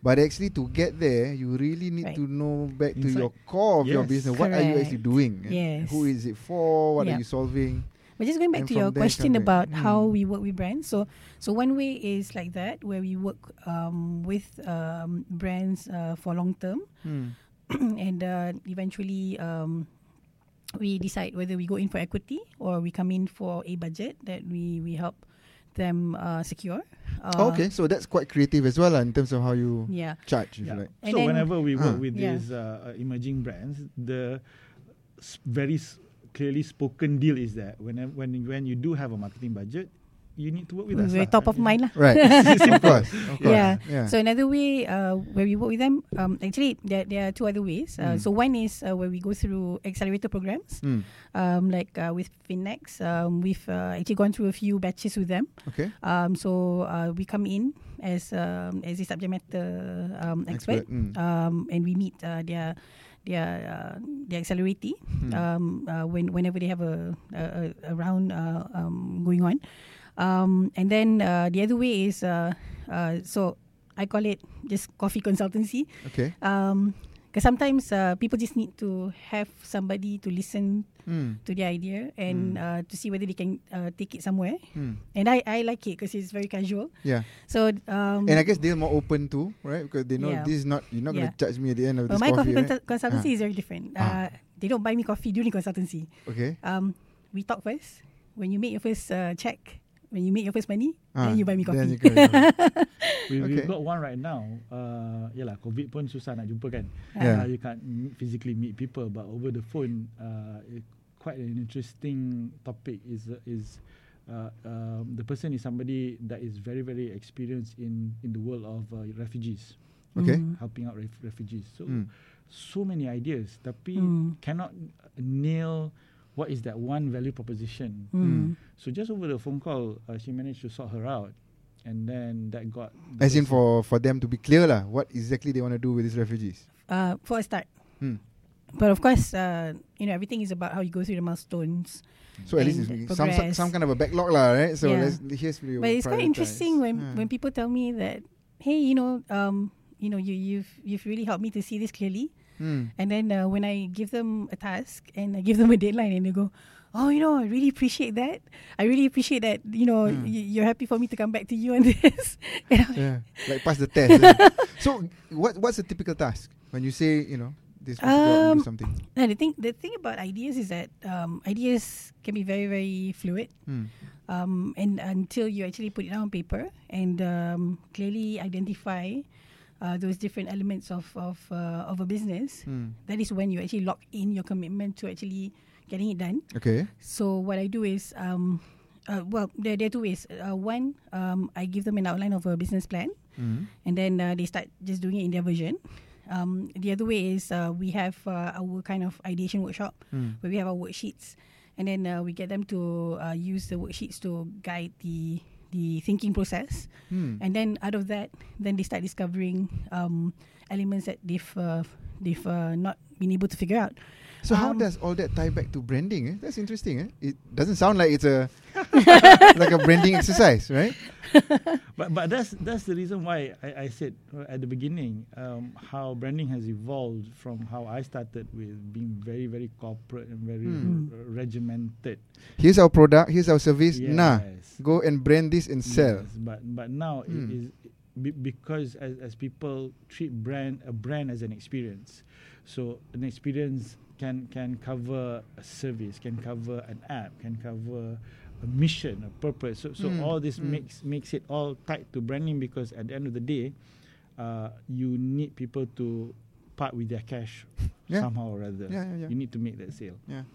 S2: But actually, to get there, you really need
S3: Right.
S2: to know back to
S4: Inside.
S2: your core of your
S4: Yes.
S2: business. What are you
S3: Correct.
S2: actually doing?
S3: Yes.
S2: Who is it for? What
S3: Yeah.
S2: are you solving?
S3: but just going
S2: And
S3: back to
S2: from
S3: your
S2: there,
S3: question
S2: come
S3: about
S2: back.
S3: how
S2: Mm.
S3: we work with brands, so so one way is like that, where we work um, with um, brands uh, for long term.
S2: Hmm.
S3: and uh, eventually um, we decide whether we go in for equity or we come in for a budget that we, we help them uh, secure. Uh,
S2: Oh, okay, so that's quite creative as well lah, in terms of how you
S3: Yeah.
S2: charge, if
S4: Yeah.
S2: you like.
S3: And
S4: so
S3: then-
S4: whenever we work
S2: Ah.
S4: with
S3: Yeah.
S4: these uh, uh, emerging brands, the s- very s- clearly spoken deal is that when when when you do have a marketing budget, you need to work with us.
S3: We're
S4: lah.
S3: top of
S4: Yeah.
S3: mind lah.
S2: Right. of course. Of course.
S3: Yeah.
S2: yeah.
S3: So another way uh, where we work with them, um, actually there, there are two other ways. Uh,
S2: Mm.
S3: So one is uh, where we go through accelerator programs,
S2: Hmm.
S3: um, like uh, with Finnex. Um, we've uh, actually gone through a few batches with them.
S2: Okay.
S3: Um, so uh, we come in as um, as a subject matter um, expert,
S2: Expert, mm.
S3: um, and we meet uh, their their uh, their accelerity
S2: Mm. Hmm.
S3: um, uh, when whenever they have a a, a- a round uh, um, going on. Um, and then uh, the other way is uh, uh, so I call it just coffee consultancy.
S2: Okay.
S3: Um, because sometimes uh, people just need to have somebody to listen
S2: Mm.
S3: to the idea and uh, to see whether they can uh, take it somewhere.
S2: Mm.
S3: And I, I like it because it's very casual.
S2: Yeah.
S3: So um,
S2: And I guess they're more open too, right? Because they know
S3: Yeah.
S2: this is not you're not gonna
S3: Yeah.
S2: judge me at the eh? Ah. end of
S3: well,
S2: this
S3: my
S2: coffee.
S3: coffee,
S2: right?
S3: consul- consultancy is very different. Uh, they don't buy me coffee during consultancy.
S2: Okay.
S3: Um, we talk first. When you make your first uh, check, when you make your first money,
S2: Ah,
S3: then you buy me
S2: then
S3: coffee.
S2: you can-
S4: We,
S2: Okay.
S4: We've got one right now. Uh, yalah, COVID pun susah nak jumpa kan.
S2: Yeah.
S4: Uh, you can't m- physically meet people, but over the phone, uh, it- quite an interesting topic is is uh, um, the person is somebody that is very very experienced in in the world of uh, refugees,
S2: okay.
S3: Mm.
S4: helping out ref- refugees. So
S2: Mm.
S4: so many ideas, tapi
S3: Mm.
S4: cannot nail what is that one value proposition.
S2: Hmm.
S3: Mm.
S4: So just over the phone call, uh, she managed to sort her out, and then that got the
S2: As in
S4: person-
S2: for for them to be clear lah, what exactly they want to do with these refugees.
S3: Uh, for a start.
S2: Hmm.
S3: But of course, uh, you know everything is about how you go through the milestones.
S2: So at least it's
S3: And
S2: making some some
S3: progress.
S2: some kind of a backlog lah, right? So
S3: Yeah.
S2: let's here's where you Hmm.
S3: but it's quite
S2: prioritise.
S3: interesting when
S2: Yeah.
S3: when people tell me that hey you know um you know you you've you've really helped me to see this clearly
S2: Hmm.
S3: and then uh, when i give them a task and i give them a deadline and they go oh you know i really appreciate that i really appreciate that you know
S2: Hmm.
S3: y- you're happy for me to come back to you on this and I'm like,
S2: Yeah, like pass the test. eh? So, what what's a typical task when you say you know this must go out and do
S3: Um,
S2: something?
S3: "No, the thing the thing about ideas is that um, ideas can be very very fluid
S2: Hmm.
S3: um, and until you actually put it down on paper and um, clearly identify uh, those different elements of of, uh, of a business,
S2: Hmm.
S3: that is when you actually lock in your commitment to actually getting it done.
S2: Okay.
S3: So what I do is, um, uh, well, there, there are two ways. Uh, one, um, I give them an outline of a business plan,
S2: Hmm.
S3: and then uh, they start just doing it in their version. Um, the other way is uh, we have uh, our kind of ideation workshop
S2: Hmm.
S3: where we have our worksheets, and then uh, we get them to uh, use the worksheets to guide the the thinking process,
S2: Hmm.
S3: and then out of that, then they start discovering um, elements that they've uh, they've uh, not been able to figure out.
S2: So how
S3: Um,
S2: does all that tie back to branding? Eh? That's interesting. Eh? It doesn't sound like it's a like a branding exercise, right?
S4: But but that's that's the reason why I, I said uh, at the beginning um, how branding has evolved from how I started with being very very corporate and very
S2: Hmm.
S4: r- regimented.
S2: Here's our product. Here's our service. Nah,
S4: Yes.
S2: go and brand this and sell.
S4: Yes, but but now it
S2: Hmm.
S4: is be- because as, as people treat brand a brand as an experience, so an experience can can cover a service, can cover an app, can cover a mission, a purpose. So so
S2: Hmm,
S4: all this
S2: hmm.
S4: makes makes it all tied to branding because at the end of the day, uh, you need people to part with their cash
S2: Yeah.
S4: somehow or other.
S2: Yeah, yeah, yeah.
S4: You need to make that sale.
S2: Yeah.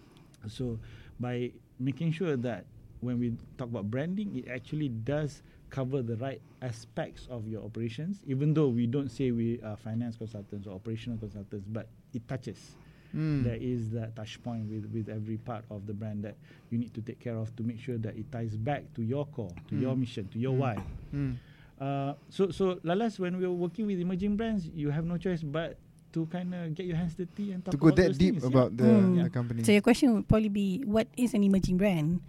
S4: So by making sure that when we talk about branding, it actually does cover the right aspects of your operations, even though we don't say we are finance consultants or operational consultants, but it touches.
S2: Hmm.
S4: There is that touch point with, with every part of the brand that you need to take care of to make sure that it ties back to your core, to your mission, to your why.
S2: Hmm.
S4: Uh, so so Lalas, when we were working with emerging brands, you have no choice but to kind of get your hands dirty and talk
S2: To go
S4: about
S2: that
S4: those
S2: deep
S4: things, yeah.
S2: about the,
S3: Hmm.
S2: the company.
S3: So your question would probably be, what is an emerging brand?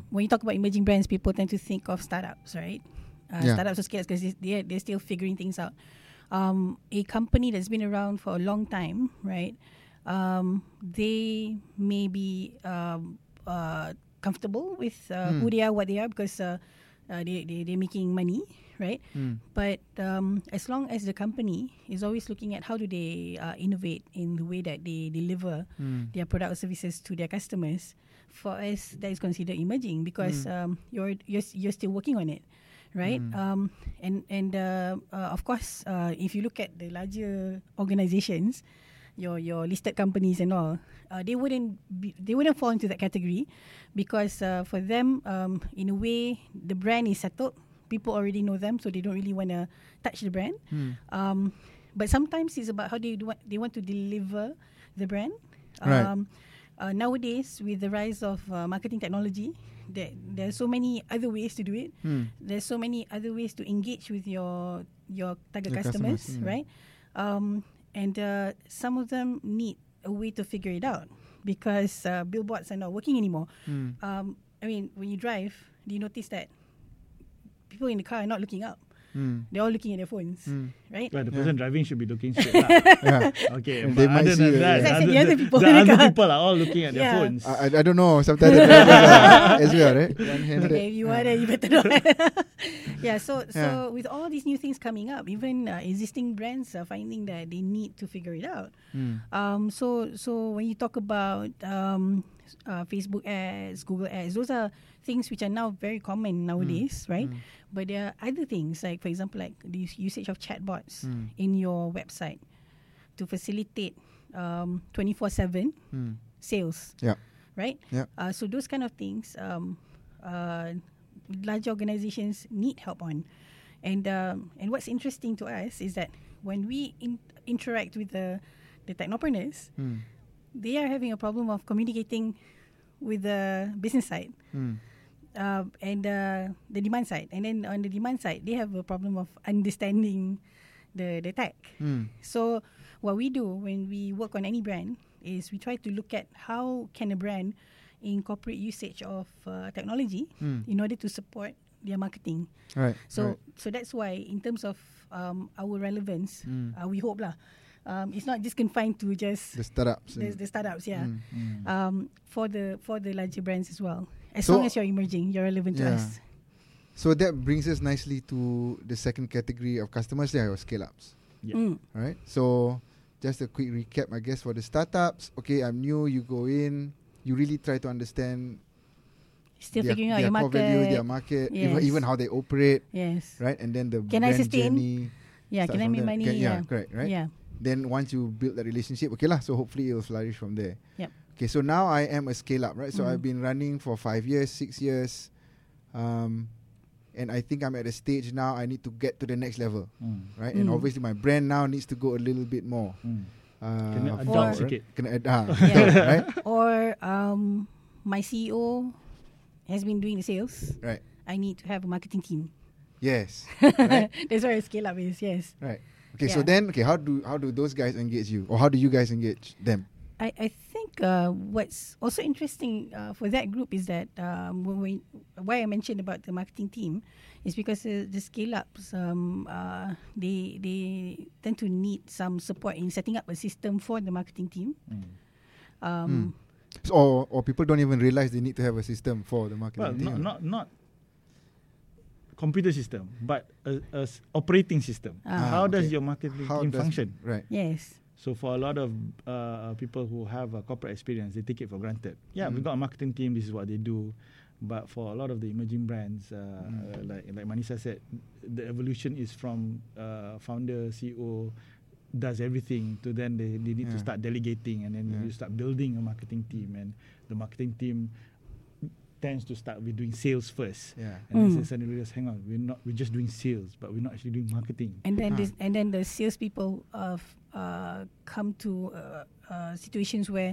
S2: Hmm.
S3: When you talk about emerging brands, people tend to think of startups, right? Uh,
S2: Yeah.
S3: Startups are scared because they're, they're still figuring things out. Um, a company that's been around for a long time, right? Um, they may be um, uh, comfortable with uh,
S2: Hmm.
S3: who they are, what they are, because uh, uh, they, they, they're making money, right?
S2: Hmm.
S3: But um, as long as the company is always looking at how do they uh, innovate in the way that they deliver
S2: hmm,
S3: their product or services to their customers, for us that is considered emerging because um, you're, you're s- you're still working on it, right? Um, and and uh, uh, of course, uh, if you look at the larger organizations, your your listed companies and all, uh, they wouldn't be, they wouldn't fall into that category because uh, for them, um, in a way, the brand is settled. People already know them, so they don't really want to touch the brand.
S2: hmm,
S3: Um, but sometimes it's about how they do, they want to deliver the brand.
S2: Right.
S3: Um, uh, nowadays, with the rise of uh, marketing technology, there there are so many other ways to do it.
S2: hmm,
S3: There's so many other ways to engage with your your target
S2: Your
S3: customers,
S2: customers, mm.
S3: right? Um, and uh, some of them need a way to figure it out because uh, billboards are not working anymore.
S2: hmm,
S3: Um, I mean, when you drive, do you notice that people in the car are not looking up?
S2: Mm.
S3: They're all looking at their phones, right?
S4: Well, the
S2: Yeah.
S4: person driving should be looking straight. lah.
S2: hmm. Yeah.
S4: Okay,
S2: And
S4: but
S2: they might
S4: other
S2: see
S4: than
S2: you,
S4: that,
S2: yeah.
S3: It's like the other people
S4: the
S3: in the
S4: other
S3: car.
S4: people are all looking at
S3: Yeah.
S4: their phones.
S2: I, I I don't know. Sometimes I don't know as well, right? One handed.
S3: Okay, if you want it, you better not. yeah, so so
S2: Yeah.
S3: with all these new things coming up, even uh, existing brands are finding that they need to figure it out.
S2: Hmm,
S3: Um, so so when you talk about um, s- uh, Facebook ads, Google ads, those are things which are now very common nowadays, right? But there are other things like, for example, like the us- usage of chatbots in your website to facilitate um, 24/7 sales
S2: hmm, Yeah.
S3: right?
S2: Yeah.
S3: Uh, so those kind of things, um, uh, large organizations need help on, and um, and what's interesting to us is that when we in- interact with the the technopreneurs,
S2: Hmm,
S3: they are having a problem of communicating with the business side.
S2: hmm,
S3: Uh, and uh, the demand side, and then on the demand side, they have a problem of understanding the the tech.
S2: hmm,
S3: So what we do when we work on any brand is we try to look at how can a brand incorporate usage of uh, technology in order to support their marketing.
S2: hmm. Right.
S3: So
S2: right. Mm.
S3: so that's why in terms of um, our relevance, uh, we hope lah, um, it's not just confined to just
S2: Hmm. the startups. Mm.
S3: the,
S2: and- hmm.
S3: the startups, yeah.
S4: Mm.
S3: Um, for the for the larger brands as well. As
S2: So-
S3: long as you're emerging, you're relevant to
S2: Yeah.
S3: us.
S2: So that brings us nicely to the second category of customers, yeah, your scale ups.
S4: Yeah.
S3: Mm.
S2: Alright. So just a quick recap, I guess, for the startups. Okay, I'm new, you go in, you really try to understand
S3: Still
S2: their,
S3: figuring out
S2: their
S3: your
S2: core
S3: market.
S2: value, their market, even,
S3: Yes.
S2: even how they operate,
S3: yes.
S2: right? And then the
S3: Can I
S2: brand
S3: sustain?
S2: journey.
S3: Yeah.
S2: starts
S3: Can I
S2: from
S3: make
S2: there.
S3: money?
S2: Can- yeah,
S3: yeah.
S2: correct, right?
S3: Yeah.
S2: Then once you build that relationship, okay lah. So hopefully it'll flourish from there.
S3: Yep.
S2: Okay, so now I am a scale up, right? So
S3: Mhm.
S2: I've been running for five years, six years, um, and I think I'm at a stage now. I need to get to the next level,
S4: Mm.
S2: right? And
S3: Mm.
S2: obviously my brand now needs to go a little bit more.
S4: Mm.
S2: Uh,
S4: Kena
S2: for-
S4: adapt
S3: Or-
S4: sikit.
S2: Kena ad- ah,
S3: Yeah.
S2: adapt, right?
S3: or um, my CEO has been doing the sales.
S2: Right.
S3: I need to have a marketing team.
S2: Yes. Right.
S3: That's where scale up is. Yes,
S2: Right. Okay. So
S3: Yeah.
S2: then, okay, how do how do those guys engage you, or how do you guys engage them?
S3: I I think uh, what's also interesting uh, for that group is that um, when we, why I mentioned about the marketing team is because uh, the scale ups um, uh, they they tend to need some support in setting up a system for the marketing team.
S2: Mm.
S3: Um,
S2: Hmm. So, or or people don't even realize they need to have a system for the marketing.
S4: Well,
S2: thing, or-
S4: not, not not computer system, but a, a s- operating system.
S3: Ah.
S4: How does
S2: okay.
S4: your marketing
S2: How
S4: team
S2: does-
S4: function?
S2: Right.
S3: Yes.
S4: So for a lot of uh, people who have a corporate experience, they take it for granted. Yeah,
S2: Mm-hmm.
S4: we got a marketing team. This is what they do. But for a lot of the emerging brands, uh,
S2: Mm.
S4: uh, like like Manisa said, the evolution is from uh, founder CEO does everything to then they, they need to
S2: Yeah.
S4: start delegating and then
S2: Yeah.
S4: you start building a marketing team and the marketing team tends to start with doing sales first
S2: Yeah.
S4: and then
S3: Mm.
S4: suddenly realize hang on we're not we're just doing sales but we're not actually doing marketing
S3: And then
S2: Huh.
S3: this, and then the salespeople of uh, come to uh, uh, situations where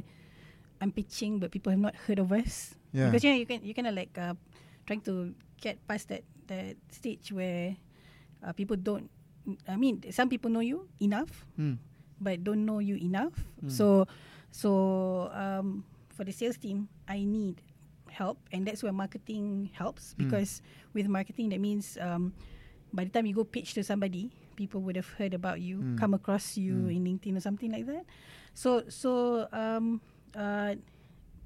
S3: I'm pitching, but people have not heard of us.
S2: Yeah.
S3: Because you know, you can you kind of like uh, trying to get past that that stage where uh, people don't. I mean, some people know you enough,
S2: Hmm.
S3: but don't know you enough. So, so um, for the sales team, I need help, and that's where marketing helps because with marketing, that means um, by the time you go pitch to somebody, people would have heard about you, come across you in LinkedIn or something like that. So, so um, uh,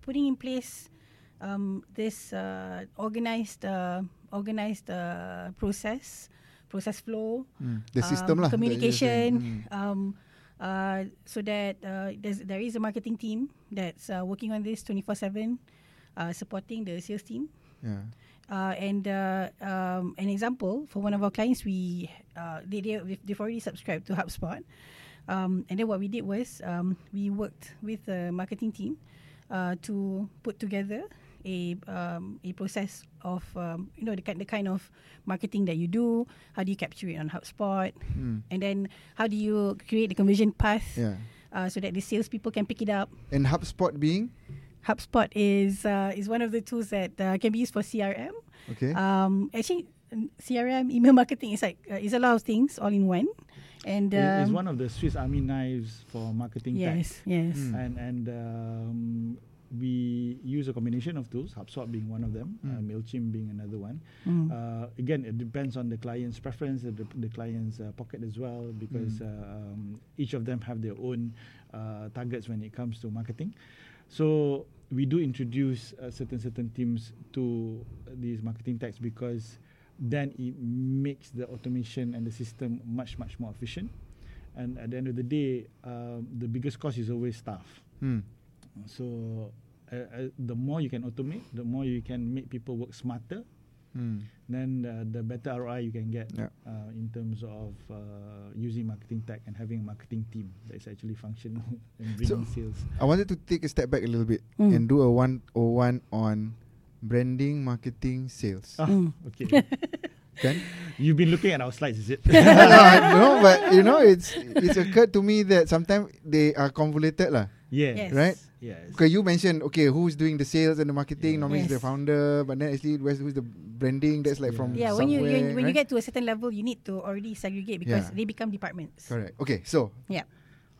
S3: putting in place um, this uh, organized uh, organized uh, process, process flow,
S4: Hmm.
S2: The
S3: um,
S2: system lah. that you're saying. Mm.
S3: communication um, uh, so that uh, there's, there is a marketing team that's uh, working on this 24/7 uh, supporting the sales team
S2: Hmm. Yeah.
S3: uh, and uh, um, an example for one of our clients, we uh, they, they they've already subscribed to HubSpot, um, and then what we did was um, we worked with the marketing team uh, to put together a um, a process of um, you know the kind the kind of marketing that you do. How do you capture it on HubSpot, and then how do you create the conversion path
S2: Hmm. Yeah.
S3: uh, so that the salespeople can pick it up.
S2: And HubSpot being
S3: HubSpot is uh, is one of the tools that uh, can be used for CRM.
S2: okay.
S3: Um, actually, CRM, email marketing is like uh, is a lot of things all in one, and
S4: It-
S3: um,
S4: it's one of the Swiss Army knives for marketing tech.
S3: yes, yes,
S2: Mm.
S4: And and um, we use a combination of tools, HubSpot being one of them, uh, Mailchimp being another one.
S3: Mm.
S4: Uh, again, it depends on the client's preference, the, the client's uh, pocket as well, because uh, um, each of them have their own uh, targets when it comes to marketing. So we do introduce uh, certain certain teams to these marketing techs because then it makes the automation and the system much much more efficient. And at the end of the day, um, the biggest cost is always staff.
S2: Hmm.
S4: So uh, uh, the more you can automate, the more you can make people work smarter,
S2: Hmm.
S4: then uh, the better ROI you can get
S2: Yeah.
S4: uh, in terms of uh, using marketing tech and having a marketing team that is actually functional and bringing sales.
S2: I wanted to take a step back a little bit
S3: Mm.
S2: and do a 101 on branding, marketing, sales.
S4: Ah,
S3: Mm.
S4: okay.
S2: Can?
S4: You've been looking at our slides, is it?
S2: no, but you know, it's it's occurred to me that sometimes they are convoluted lah.
S4: yes.
S3: Yes.
S2: Right?
S4: Yes.
S2: Because you mentioned okay, who's doing the sales and the marketing?
S4: Yeah.
S2: Normally it's the
S3: Yes.
S2: founder, but then actually where's who's the branding? That's like from
S3: yeah. When you
S2: somewhere,
S3: when, when you
S2: right?
S3: get to a certain level, you need to already segregate because
S2: Yeah.
S3: they become departments.
S2: correct. Okay, so
S3: Yeah.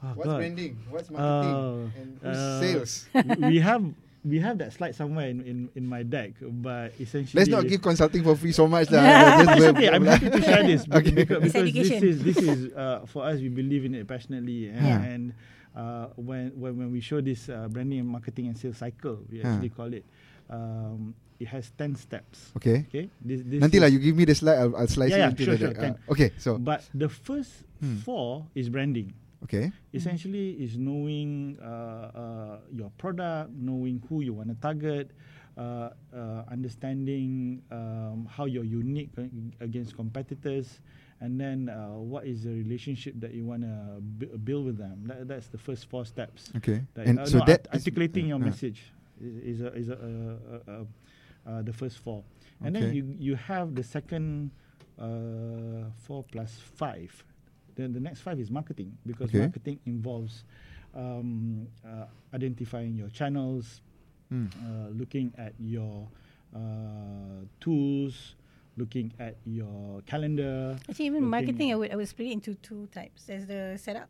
S4: Oh,
S2: what's
S4: God.
S2: branding? What's marketing?
S4: Oh,
S2: and who's
S4: uh,
S2: sales?
S4: we have we have that slide somewhere in, in, in my deck, but essentially
S2: Let's not give consulting for free so much lah.
S4: But
S2: Just
S4: it's
S2: blur-
S4: okay. I'm
S2: blur-
S4: happy to share this
S2: Okay.
S4: beca- because,
S3: It's
S4: this
S3: education.
S4: is this is uh, for us. We believe in it passionately, and,
S2: Yeah.
S4: and uh, when, when when we show this uh, branding and marketing and sales cycle, we
S2: Yeah.
S4: actually call it. Um, it has ten steps.
S2: okay.
S4: Okay. This, this
S2: Nanti lah
S4: is-
S2: you give me the slide I'll, I'll slice
S4: Yeah,
S2: it
S4: yeah,
S2: into
S4: sure,
S2: the
S4: sure,
S2: deck.
S4: can.
S2: Ah, okay, so
S4: But the first
S2: Hmm.
S4: four is branding.
S2: okay.
S4: Mm. essentially is knowing uh, uh, your product, knowing who you want to target, uh, uh, understanding um, how you're unique a- against competitors, and then uh, what is the relationship that you want to b- build with them. That, that's the first four steps.
S2: Okay.
S4: That-
S2: and
S4: uh,
S2: so
S4: no,
S2: that
S4: art- articulating your
S2: uh,
S4: message is, is a, is a, uh, uh, uh, uh, the first four, and
S2: Okay.
S4: then you you have the second uh, four plus five. Then the next five is marketing because
S2: Okay.
S4: marketing involves um, uh, identifying your channels,
S2: Hmm.
S4: uh, looking at your uh, tools, looking at your calendar.
S3: Actually, even
S4: Looking
S3: marketing,
S4: at-
S3: I would I would split it into two types. There's the setup,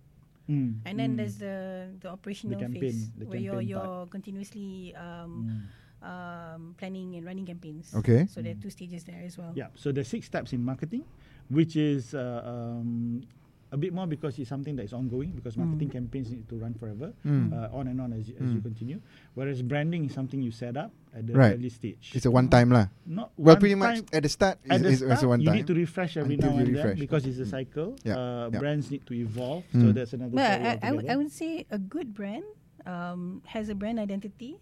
S4: Mm,
S3: and then
S4: mm,
S3: there's the the operational
S4: campaign,
S3: phase
S4: the
S3: where you're
S4: campaign part.
S3: you're continuously um,
S4: mm.
S3: um, planning and running campaigns.
S2: Okay.
S3: So there are two stages there as well.
S4: Hmm. Yeah, so there's six steps in marketing, which is uh, um, a bit more because it's something that is ongoing because
S3: Hmm.
S4: marketing campaigns need to run forever,
S2: Mm.
S4: uh, on and on as, you- as you
S2: Mm.
S4: continue. Whereas branding is something you set up at the
S2: Right.
S4: early stage.
S2: It's a one time lah.
S4: Not
S2: Well,
S4: one
S2: pretty much
S4: time-
S2: at the start
S4: at the
S2: is, is, is
S4: start,
S2: a one
S4: you
S2: time.
S4: need to refresh every
S2: until
S4: now
S2: you
S4: and
S2: refresh.
S4: then because it's a
S2: Mm.
S4: cycle.
S2: Yeah,
S4: Uh,
S2: yeah.
S4: Brands need to evolve, so
S2: Mm.
S4: that's another. cycle
S3: But I, I, would, I
S4: altogether.
S3: would say a good brand um, has a brand identity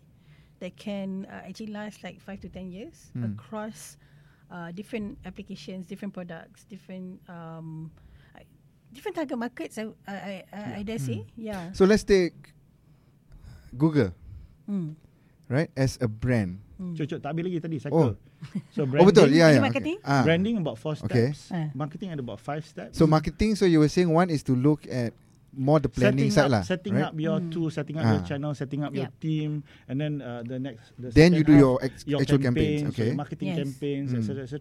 S3: that can uh, actually last like five to ten years
S4: Hmm.
S2: Mm.
S3: across uh, different applications, different products, different um, I- different target markets. I I, I, I- I dare say,
S4: Hmm.
S3: yeah.
S2: So let's take Google,
S3: Mm.
S2: right, as a brand.
S3: Hmm.
S4: Cuk, cuk, tak habis lagi tadi, cycle.
S2: Oh.
S4: So
S2: oh betul, yeah,
S4: branding,
S3: Branding,
S2: yeah.
S3: marketing.
S2: Okay. Ah.
S4: branding about four steps.
S2: Okay.
S3: Ah.
S4: Marketing ada about five steps.
S2: So marketing. So you were saying one is to look at more the planning side
S4: setting up,
S2: lah,
S4: setting
S2: right?
S4: up your tool, setting up your
S2: Ah.
S4: channel, setting up your
S3: Mm. Yep.
S4: team, and then uh, the next. The
S2: Then you
S4: second
S2: do
S4: half,
S2: your, ex- actual campaigns.
S4: so
S2: Okay.
S4: your marketing
S3: Yes.
S4: campaigns,
S2: Mm.
S4: etc., etc.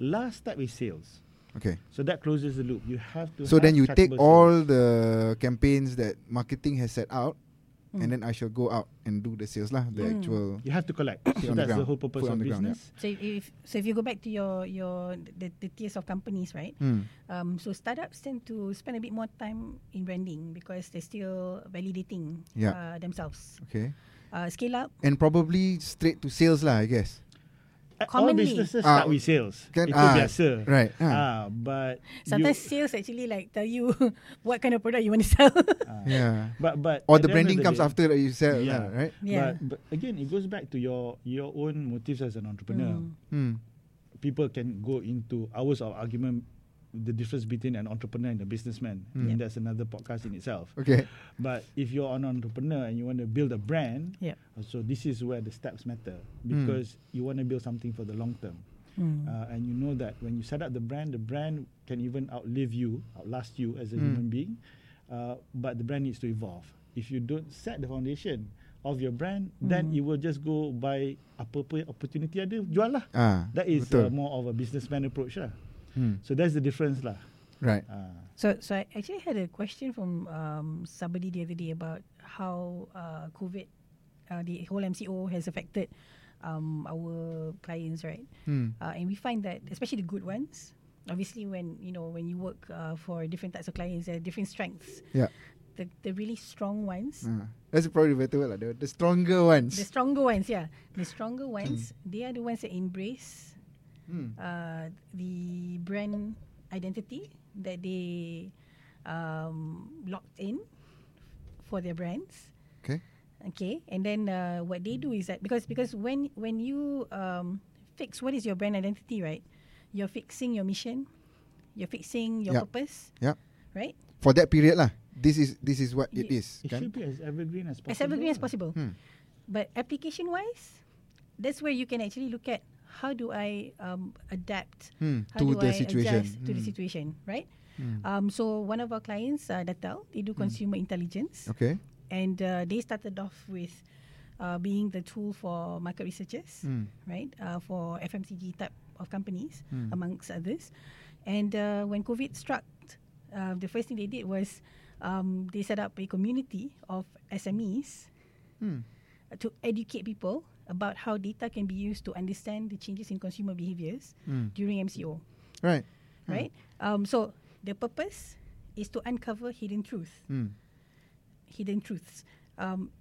S4: Last step is sales.
S2: okay.
S4: So that closes the loop. You have to.
S2: So then
S4: have
S2: you take
S4: trackable
S2: all
S4: sales.
S2: the campaigns that marketing has set out,
S3: Mm.
S2: and then I shall go out and do the sales lah, the
S3: Mm.
S2: actual.
S4: You have to collect. so
S2: on the
S4: that's the
S2: ground.
S4: whole purpose
S2: Foot on
S4: of
S2: the ground, yeah.
S4: business.
S3: So if so, if you go back to your your the, the tiers of companies, right?
S2: Hmm.
S3: Um, so startups tend to spend a bit more time in branding because they're still validating
S2: Yeah.
S3: uh, themselves.
S2: Okay.
S3: Uh, scale up,
S2: And probably straight to sales lah, I guess.
S4: Uh, All
S3: Commonly.
S4: businesses
S2: Ah,
S4: start with sales.
S2: can-
S4: Itu
S2: ah,
S4: biasa.
S2: right, ah.
S4: Ah, but
S3: sometimes
S4: you,
S3: sales actually like tell you what kind of product you want to sell.
S4: ah,
S2: Yeah.
S4: But but
S2: Or
S4: at
S2: the
S4: end of
S2: branding comes
S4: day-
S2: after that you sell,
S4: Yeah.
S2: lah, right?
S3: yeah.
S4: But, but again, it goes back to your your own motives as an entrepreneur.
S3: Mm.
S2: Hmm.
S4: people can go into hours of argument the difference between an entrepreneur and a businessman I
S2: Mm.
S4: mean, that's another podcast in itself
S2: Okay.
S4: but if you're an entrepreneur and you want to build a brand
S3: Yeah.
S4: uh, so this is where the steps matter
S2: Mm.
S4: because you want to build something for the long term
S3: Hmm.
S4: uh, and you know that when you set up the brand the brand can even outlive you outlast
S2: Hmm.
S4: you as a human being uh, but the brand needs to evolve if you don't set the foundation of your brand,
S2: Hmm.
S4: then it will just go by apa-apa opportunity ada jual lah.
S2: Ah,
S4: That is
S2: betul.
S4: uh, more of a businessman approach lah.
S2: Hmm.
S4: So that's the difference lah.
S2: Right.
S4: Uh,
S3: So, so I actually had a question from um, somebody the other day about how uh, COVID, uh, the whole MCO has affected um, our clients, right?
S2: Hmm.
S3: Uh, and we find that, especially the good ones, obviously when you know when you work uh, for different types of clients, there are different strengths.
S2: Yeah.
S3: The the really strong ones,
S2: Ah, that's probably the better word lah. The, the stronger ones.
S3: the stronger ones, yeah, the stronger ones, they are the ones that embrace
S2: Hmm.
S3: uh, the brand identity that they um, locked in for their brands.
S2: Okay.
S3: Okay, and then uh, what they do is that because because when when you um, fix what is your brand identity, right? You're fixing your mission, you're fixing your
S2: Yup.
S3: purpose,
S2: Yup.
S3: right?
S2: For that period lah. This is this is what it
S3: Ye-
S2: is.
S4: it
S2: kan?
S4: should be as evergreen as possible.
S3: As evergreen as
S4: lah.
S3: possible.
S2: Hmm.
S3: But application wise, that's where you can actually look at how do I um, adapt
S2: Hmm,
S3: how
S2: to
S3: do
S2: the
S3: I
S2: situation.
S3: adjust to the
S2: Hmm.
S3: situation, right?
S2: Hmm.
S3: Um, so one of our clients, uh, Datel, they do consumer intelligence,
S2: Okay.
S3: and uh, they started off with uh, being the tool for market researchers,
S2: Hmm.
S3: right, uh, for FMCG type of companies,
S2: Hmm.
S3: amongst others. And uh, when COVID struck, uh, the first thing they did was um, they set up a community of SMEs
S2: Hmm.
S3: uh, to educate people about how data can be used to understand the changes in consumer behaviors
S2: Mm.
S3: during MCO,
S2: Right.
S3: right? Um, so the purpose is to uncover hidden truth,
S2: Hmm.
S3: hidden truths, um,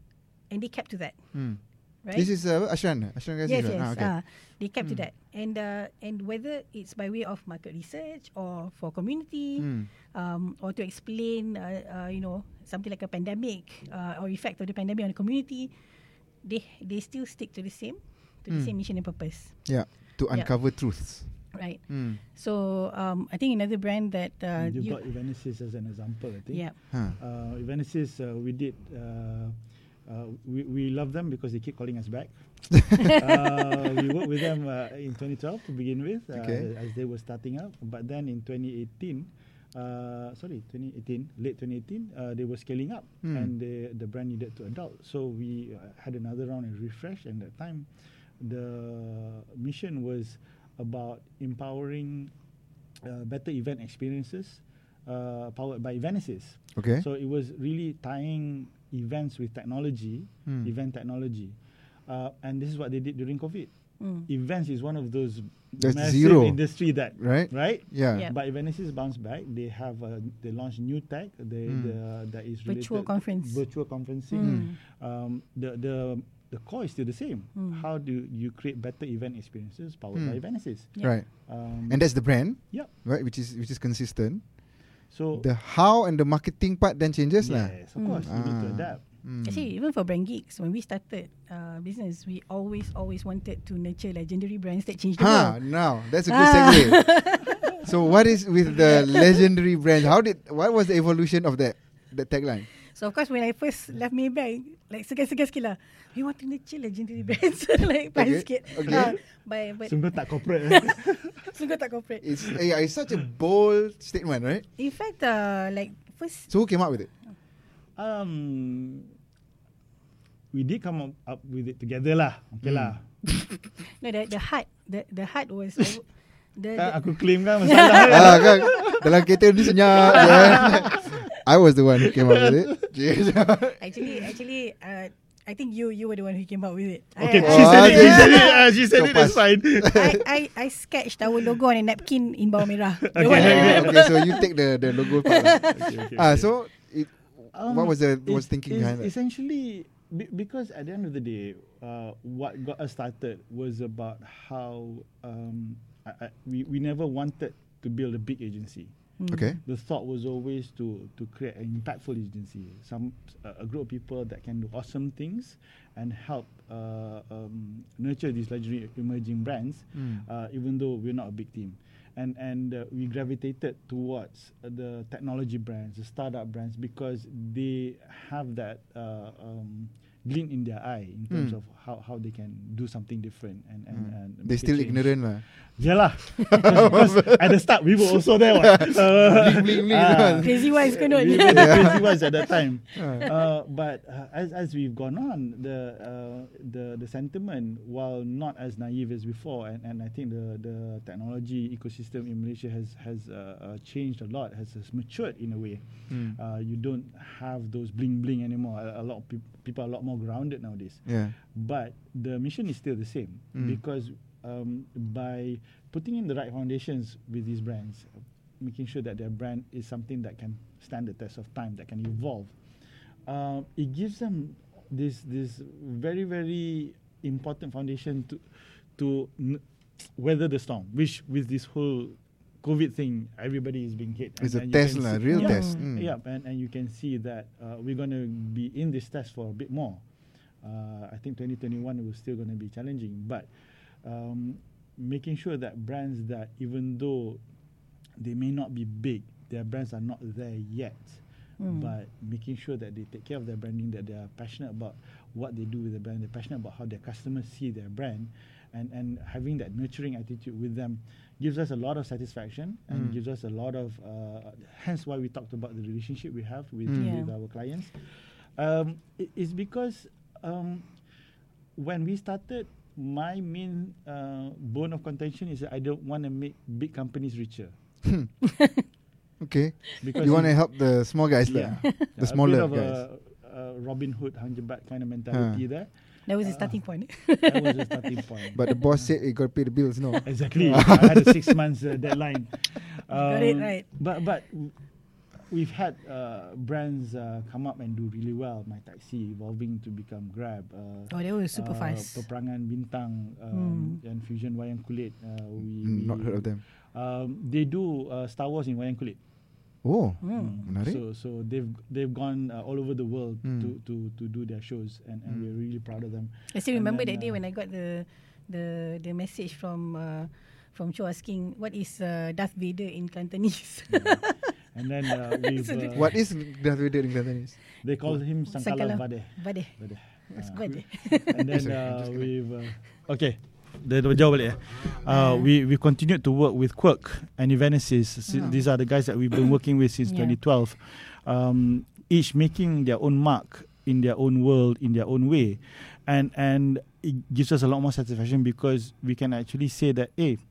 S3: and they kept to that,
S2: Hmm.
S3: right?
S2: This is uh, Ashran. Ashran Ghazi.
S3: yes,
S2: right?
S3: yes.
S2: Ah, okay. Hmm.
S3: uh, they kept to that, and uh, and whether it's by way of market research or for community,
S2: Hmm.
S3: um, or to explain, uh, uh, you know, something like a pandemic uh, or effect of the pandemic on the community, they they still stick to the same, to
S2: Mm.
S3: the same mission and purpose,
S2: Yeah. To
S3: Yeah.
S2: uncover truths.
S3: right?
S2: Hmm.
S3: So um, I think another brand that uh,
S4: you,
S3: you,
S4: got Evanesis as an example, I think.
S3: yeah,
S2: Huh.
S4: Uh, Evanesis, uh, we did. Uh, uh, we, we love them because they keep calling us back. uh, we worked with them uh, in 2012 to begin with, uh,
S2: Okay.
S4: as they were starting up. But then in 2018, uh, sorry, 2018, late 2018, uh, they were scaling up,
S2: Hmm.
S4: and they, the brand needed to adopt. So we uh, had another round and refresh. And that time, the mission was about empowering uh, better event experiences, uh, powered by Evanesis.
S2: Okay.
S4: So it was really tying events with technology,
S2: Hmm.
S4: event technology. Uh, and this is what they did during COVID.
S3: Mm.
S4: Events is one of those
S2: That's
S4: massive
S2: Hmm. zero.
S4: industry that,
S2: right.
S4: right?
S2: Yeah.
S3: Yeah.
S4: But Evanesis bounced back. They have uh, they launched new tech. They,
S2: Hmm.
S4: the, that is related to
S3: Virtual conference.
S4: Virtual conferencing.
S2: Hmm.
S4: Um, the the the core is still the same.
S3: Hmm.
S4: How do you create better event experiences powered by Evanesis?
S3: Yeah.
S2: Right. Hmm.
S4: Um,
S2: And that's the brand.
S4: yeah.
S2: Right. Which is which is consistent.
S4: So
S2: The how and the marketing part then changes lah.
S4: yes, of course, you need to
S2: Ah.
S4: adapt.
S2: Hmm.
S3: Actually, even for Brand Geeks, when we started uh, business, we always, always wanted to nurture legendary brands that changed the
S2: Ha,
S3: world.
S2: now that's a good segue. so, what is with the legendary brand? How did what was the evolution of that the tagline?
S3: So, of course, when I first left Maybank, like segan-segan sikit lah, we want to nurture legendary brands, like pelan
S2: Okay,
S3: sikit.
S2: okay.
S3: Ah, by, but
S4: Sungguh tak corporate. eh?
S3: sungguh tak corporate.
S2: It's eh, yeah, it's such a
S4: Hmm.
S2: bold statement, right?
S3: In fact, uh, like first,
S2: So, who came up with it?
S4: Um, we did come up, up with it together lah. Okay lah.
S3: no, the, the heart, the, the heart was, the,
S4: Kan
S3: the,
S4: aku claim kan masalah.
S2: Eh, ah, kan, dalam kereta ni senyap. je, kan? I was the one who came up with it. Jeez.
S3: actually, actually, uh, I think you you were the one who came up with it.
S4: okay,
S3: I,
S4: she said it. She
S2: yeah.
S4: said it. ah, she said it. That's
S2: Lepas.
S4: fine.
S3: I, I, I sketched our logo on a napkin in bawah merah. The one-
S2: okay, okay, so you take the the logo part. lah. Ah, so it,
S4: Um,
S2: what was the was
S4: it's-
S2: thinking
S4: it's
S2: behind that?
S4: Essentially, be- because at the end of the day, uh, what got us started was about how um, I, I, we we never wanted to build a big agency.
S2: Okay.
S4: the thought was always to to create an impactful agency, some a a group of people that can do awesome things and help uh, um, nurture these legendary emerging brands, uh, even though we're not a big team. And and uh, we gravitated towards uh, the technology brands, the startup brands, because they have that uh, um, glint in their eye in terms
S2: Mm.
S4: of how, how they can do something different and and,
S2: Mm.
S4: and
S2: They're
S4: make a
S2: still
S4: change.
S2: ignorant lah.
S4: Yeah lah. Because at the start we were also there. what. Uh,
S2: Blink, blink, blink.
S4: ah,
S3: Crazy wise
S4: we
S3: going
S4: were
S3: on.
S4: the crazy ones at that time.
S2: Ah.
S4: Uh, but uh, as as we've gone on, the uh, the the sentiment, while not as naive as before, and, and I think the the technology ecosystem in Malaysia has has uh, uh, changed a lot, has, has matured in a way.
S2: Mm.
S4: Uh, you don't have those bling bling anymore. A, a lot of peop- people are a lot more grounded nowadays
S2: Yeah.
S4: but the mission is still the same
S2: Mm.
S4: because um, by putting in the right foundations with these brands, making sure that their brand is something that can stand the test of time, that can evolve, uh, it gives them this this very very important foundation to to n- weather the storm, which with this whole COVID thing, everybody is being hit.
S2: It's a
S4: you
S2: test
S4: can
S2: lah,
S4: see-
S2: real
S4: Yeah.
S2: test. Mm.
S4: Yeah, and, and you can see that uh, we're going to be in this test for a bit more. Uh, I think 2021 was still going to be challenging, but um, making sure that brands that, even though they may not be big, their brands are not there yet, but making sure that they take care of their branding, that they are passionate about what they do with the brand, they're passionate about how their customers see their brand, and, and having that nurturing attitude with them gives us a lot of satisfaction and
S2: Mm.
S4: gives us a lot of, uh, hence why we talked about the relationship we have with,
S3: Mm. Yeah.
S4: with our clients. Um, it- it's because um, when we started, my main uh, bone of contention is that I don't want to make big companies richer.
S2: Okay.
S4: Because
S2: you
S4: it-
S2: want to help the small guys
S4: yeah,
S2: lah. The
S4: Yeah,
S2: smaller
S4: a bit of
S2: guys.
S4: A, a Robin Hood, Hanjabat kind of mentality there.
S3: That was the starting point.
S4: That was the starting point.
S2: But the boss said you got to pay the bills. No.
S4: exactly, I had a six months uh, deadline. Um,
S3: Got it right.
S4: But but w- we've had uh, brands uh, come up and do really well. My taxi evolving to become Grab. Uh,
S3: Oh, that was super
S4: uh,
S3: fast. Hmm.
S4: Peperangan Bintang um, and Fusion Wayang Kulit. Uh, we,
S2: Mm,
S4: we-
S2: Not heard of them.
S4: Um, they do uh, Star Wars in Wayang Kulit.
S2: Oh.
S3: Mm.
S2: Menarik.
S4: Hmm. So so they've they've gone uh, all over the world
S2: Mm.
S4: to, to to do their shows and, and we're really proud of them.
S3: I still
S4: And
S3: remember
S4: then,
S3: that day
S4: uh,
S3: when I got the the the message from uh, from Cho asking what is uh, Darth Vader in Cantonese.
S4: And then uh, we've, uh,
S2: What is Darth Vader in Cantonese?
S4: they call him Sangkala
S3: Sangkala.
S4: Vade.
S3: Vade.
S4: Vade.
S3: What's
S4: Uh,
S3: Vade?
S4: and then uh, we've uh, okay. Dah dah jauh balik eh. Uh, we we continued to work with Quirk and Evanesis. Si- These are the guys that we've been working with since
S3: Yeah.
S4: 2012. Um, each making their own mark in their own world in their own way, and and it gives us a lot more satisfaction because we can actually say that hey,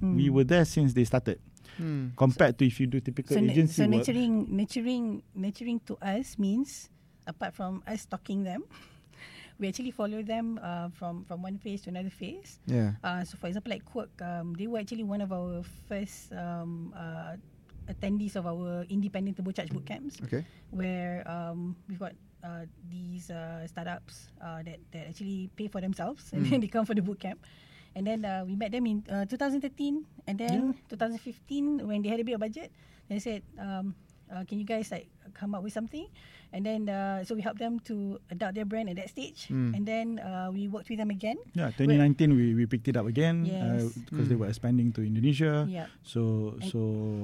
S4: we were there since they started.
S2: Hmm.
S4: Compared to if you do typical
S3: So, nu-
S4: agency
S3: so
S4: work,
S3: nurturing nurturing nurturing to us means apart from us talking them, we actually follow them uh, from from one phase to another phase.
S2: Yeah.
S3: Uh, so for example, like Quirk, um, they were actually one of our first um, uh, attendees of our independent turbocharge boot camps,
S2: Okay.
S3: where um, we've got uh, these uh, startups uh, that that actually pay for themselves and
S4: Mm.
S3: then they come for the boot camp. And then uh, we met them in uh, 2013, and then 2015 when they had a bit of budget, they said, um, uh, "Can you guys like come up with something?" And then uh, so we helped them to adopt their brand at that stage,
S4: Mm.
S3: and then uh, we worked with them again.
S4: yeah, 2019 we, we picked it up again uh,
S3: Yes.
S4: because they were expanding to Indonesia.
S3: Yeah.
S4: So
S3: Eh.
S4: so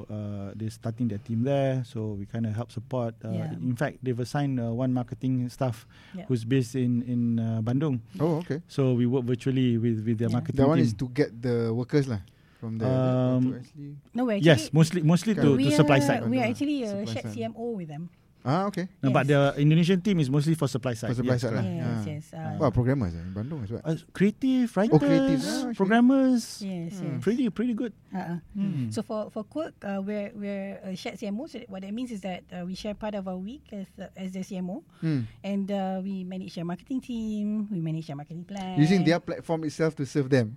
S4: uh, they're starting their team there. So we kind of help support. Uh,
S3: Yeah.
S4: In fact, they've assigned uh, one marketing staff
S3: Yeah.
S4: who's based in in uh, Bandung.
S2: Oh, okay.
S4: So we work virtually with with their
S3: Yeah.
S4: marketing
S2: That one
S4: team.
S2: is to get the workers lah from the to
S4: Um,
S2: actually.
S3: No, we're
S4: yes,
S3: actually,
S4: mostly mostly to, to
S3: we
S4: supply
S3: are,
S4: side.
S3: We are
S2: Yeah.
S3: actually a
S2: Supply
S3: shared
S2: side.
S3: CMO with them.
S2: Ah, okay.
S4: No, but the Indonesian team is mostly for supply side.
S2: For supply
S4: yes,
S2: side lah.
S4: correct.
S3: Yes,
S2: Yeah.
S3: yes. Uh,
S2: Wow, programmers eh, in Bandung as well.
S4: Uh, creative writers,
S2: creative. Ah, okay.
S4: programmers,
S3: yes, yes.
S2: Hmm.
S4: pretty pretty good.
S3: Uh-uh.
S2: Mm.
S3: So for for Quirk, uh, we're we're a shared CMO. So that- what that means is that uh, we share part of our week as the, as the CMO,
S2: Hmm.
S3: and uh, we manage their marketing team. We manage their marketing plan.
S2: Using their platform itself to serve them.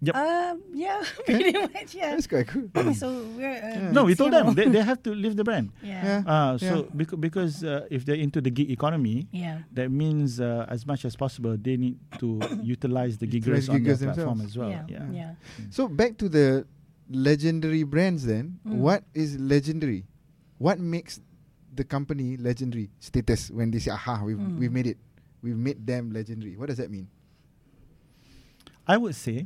S3: Um, yeah, pretty much. Yeah.
S2: That's quite cool.
S3: so we're uh,
S4: No, we told them
S3: CMO.
S4: they, they have to leave the brand.
S3: yeah.
S4: Uh,
S2: Yeah.
S4: so becau- because uh, if they're into the gig economy,
S3: Yeah.
S4: that means uh, as much as possible they need to utilize the
S2: Utilize
S4: giggers on their
S2: giggers themselves.
S4: platform as well.
S3: yeah. Yeah. Yeah.
S2: So back to the legendary brands then.
S3: Mm.
S2: What is legendary? What makes the company legendary status when they say, aha, we've,
S3: Mm.
S2: we've made it. We've made them legendary. What does that mean?
S4: I would say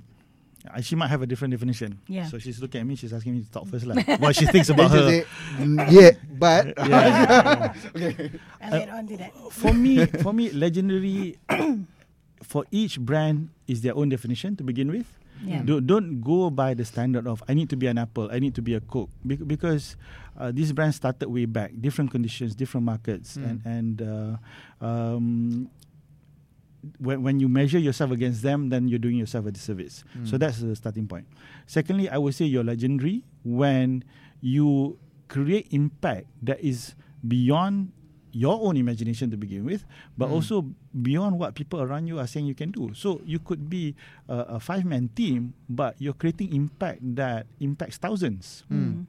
S4: Uh, She might have a different definition.
S3: Yeah.
S4: So she's looking at me. She's asking me to talk first, like what she thinks about
S2: Then she
S4: her.
S2: say, "Mm, yeah, but
S4: Yeah. Uh,
S3: I'll get on to that.
S4: for me, for me, legendary for each brand is their own definition to begin with.
S3: Yeah.
S4: Don't, don't go by the standard of I need to be an Apple, I need to be a Coke, Be- because uh, these brands started way back, different conditions, different markets, and and uh, um, when, when you measure yourself against them, then you're doing yourself a disservice. So that's the starting point. Secondly, I would say you're legendary when you create impact that is beyond your own imagination to begin with, but also beyond what people around you are saying you can do. So you could be a, a five man team, but you're creating impact that impacts thousands.
S2: Hmm.
S3: Mm.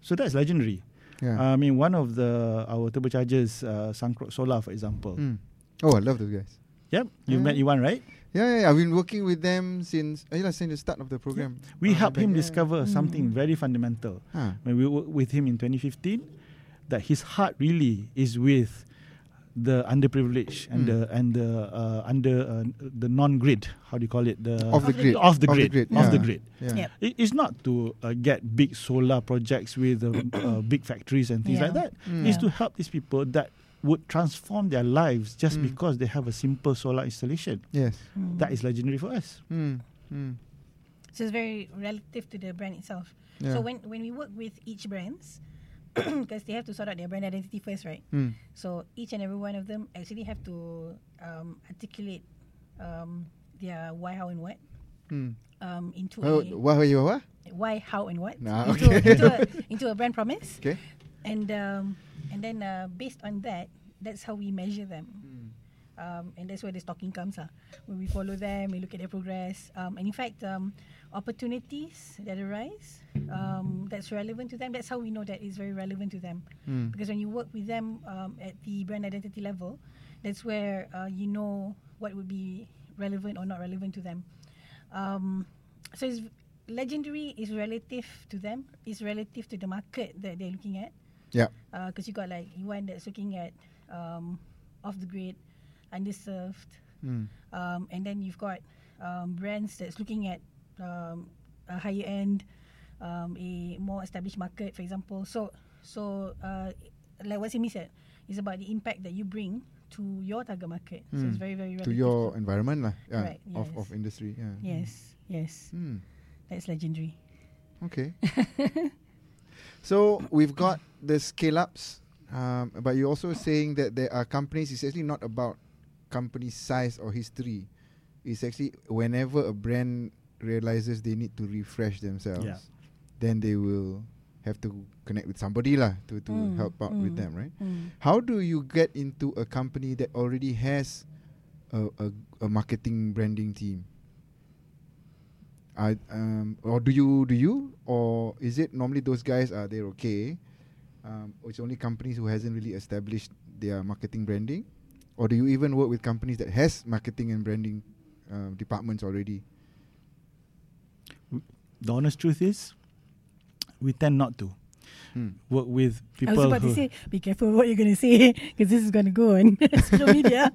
S4: So that's legendary.
S2: yeah.
S4: I mean, one of the our turbochargers, uh, Sankrok Solar, for example.
S2: Mm. oh, I love those guys.
S4: Yep, you
S2: Yeah.
S4: met Iwan, right?
S2: Yeah, yeah, yeah, I've been working with them since uh, yeah, since the start of the program.
S4: We
S2: Uh,
S4: helped him
S2: back-
S4: discover something very fundamental
S2: Ah.
S4: when we worked with him in 2015 that his heart really is with the
S2: Hmm.
S4: underprivileged and the and the uh, under uh, the non-grid how do you call it the
S2: Of the grid. Of
S4: off the
S2: the
S4: grid
S2: grid,
S4: off the
S2: yeah.
S4: grid
S2: Yeah.
S3: Yep.
S4: It- it's not to uh, get big solar projects with uh, uh, big factories and things
S3: Yeah.
S4: like that
S2: Mm.
S4: it's to
S3: Yeah.
S4: help these people that would transform their lives just
S2: Mm.
S4: because they have a simple solar installation
S2: Yes.
S3: Mm.
S4: that is legendary for us
S2: Mm. Mm.
S3: So it's very relative to the brand itself.
S2: Yeah.
S3: So when when we work with each brands, because they have to sort out their brand identity first, right?
S2: Mm.
S3: So each and every one of them actually have to um, articulate um, their why, how, and what
S2: Mm.
S3: um, into
S2: Well,
S3: a
S2: wha- wha- you- wha-
S3: why, how, and what
S2: Nah,
S3: into,
S2: okay.
S3: into, a, into a brand promise,
S2: Okay.
S3: and um, and then uh, based on that, that's how we measure them. Um, and that's where the stocking comes uh, when we follow them, we look at their progress, um, and in fact, um, opportunities that arise um, that's relevant to them. That's how we know that it's very relevant to them,
S2: Hmm,
S3: because when you work with them um, at the brand identity level, that's where uh, you know what would be relevant or not relevant to them. Um, so it's legendary is relative to them. It's relative to the market that they're looking at.
S2: Yeah.
S3: Because you got like one that's looking at um, off the grid, underserved,
S2: Mm.
S3: um, and then you've got um, brands that's looking at um, a higher end, um, a more established market, for example. So, so uh, like what Simi said, it's about the impact that you bring to your target market. So it's very, very
S2: Hmm. To
S3: relative
S2: your environment lah. Yeah.
S3: Right,
S2: Of
S3: yes.
S2: of industry. Yeah.
S3: yes, yes,
S2: Mm.
S3: that's legendary.
S2: Okay. so we've got the scale ups, um, but you're also saying that there are companies. It's actually not about company size or history. It's actually whenever a brand realizes they need to refresh themselves,
S4: Yeah.
S2: then they will have to connect with somebody lah to, to
S3: Mm,
S2: help out with
S3: mm,
S2: them, right?
S3: Mm.
S2: How do you get into a company that already has a, a, a marketing branding team? I, um, or do you do you or is it normally those guys are they okay? Um, it's only companies who hasn't really established their marketing branding, or do you even work with companies that has marketing and branding um, departments already?
S4: the honest truth is we tend not to
S2: Hmm.
S4: work with people
S3: I was about
S4: who
S3: to say, be careful what you're going to say because this is going to go on social media.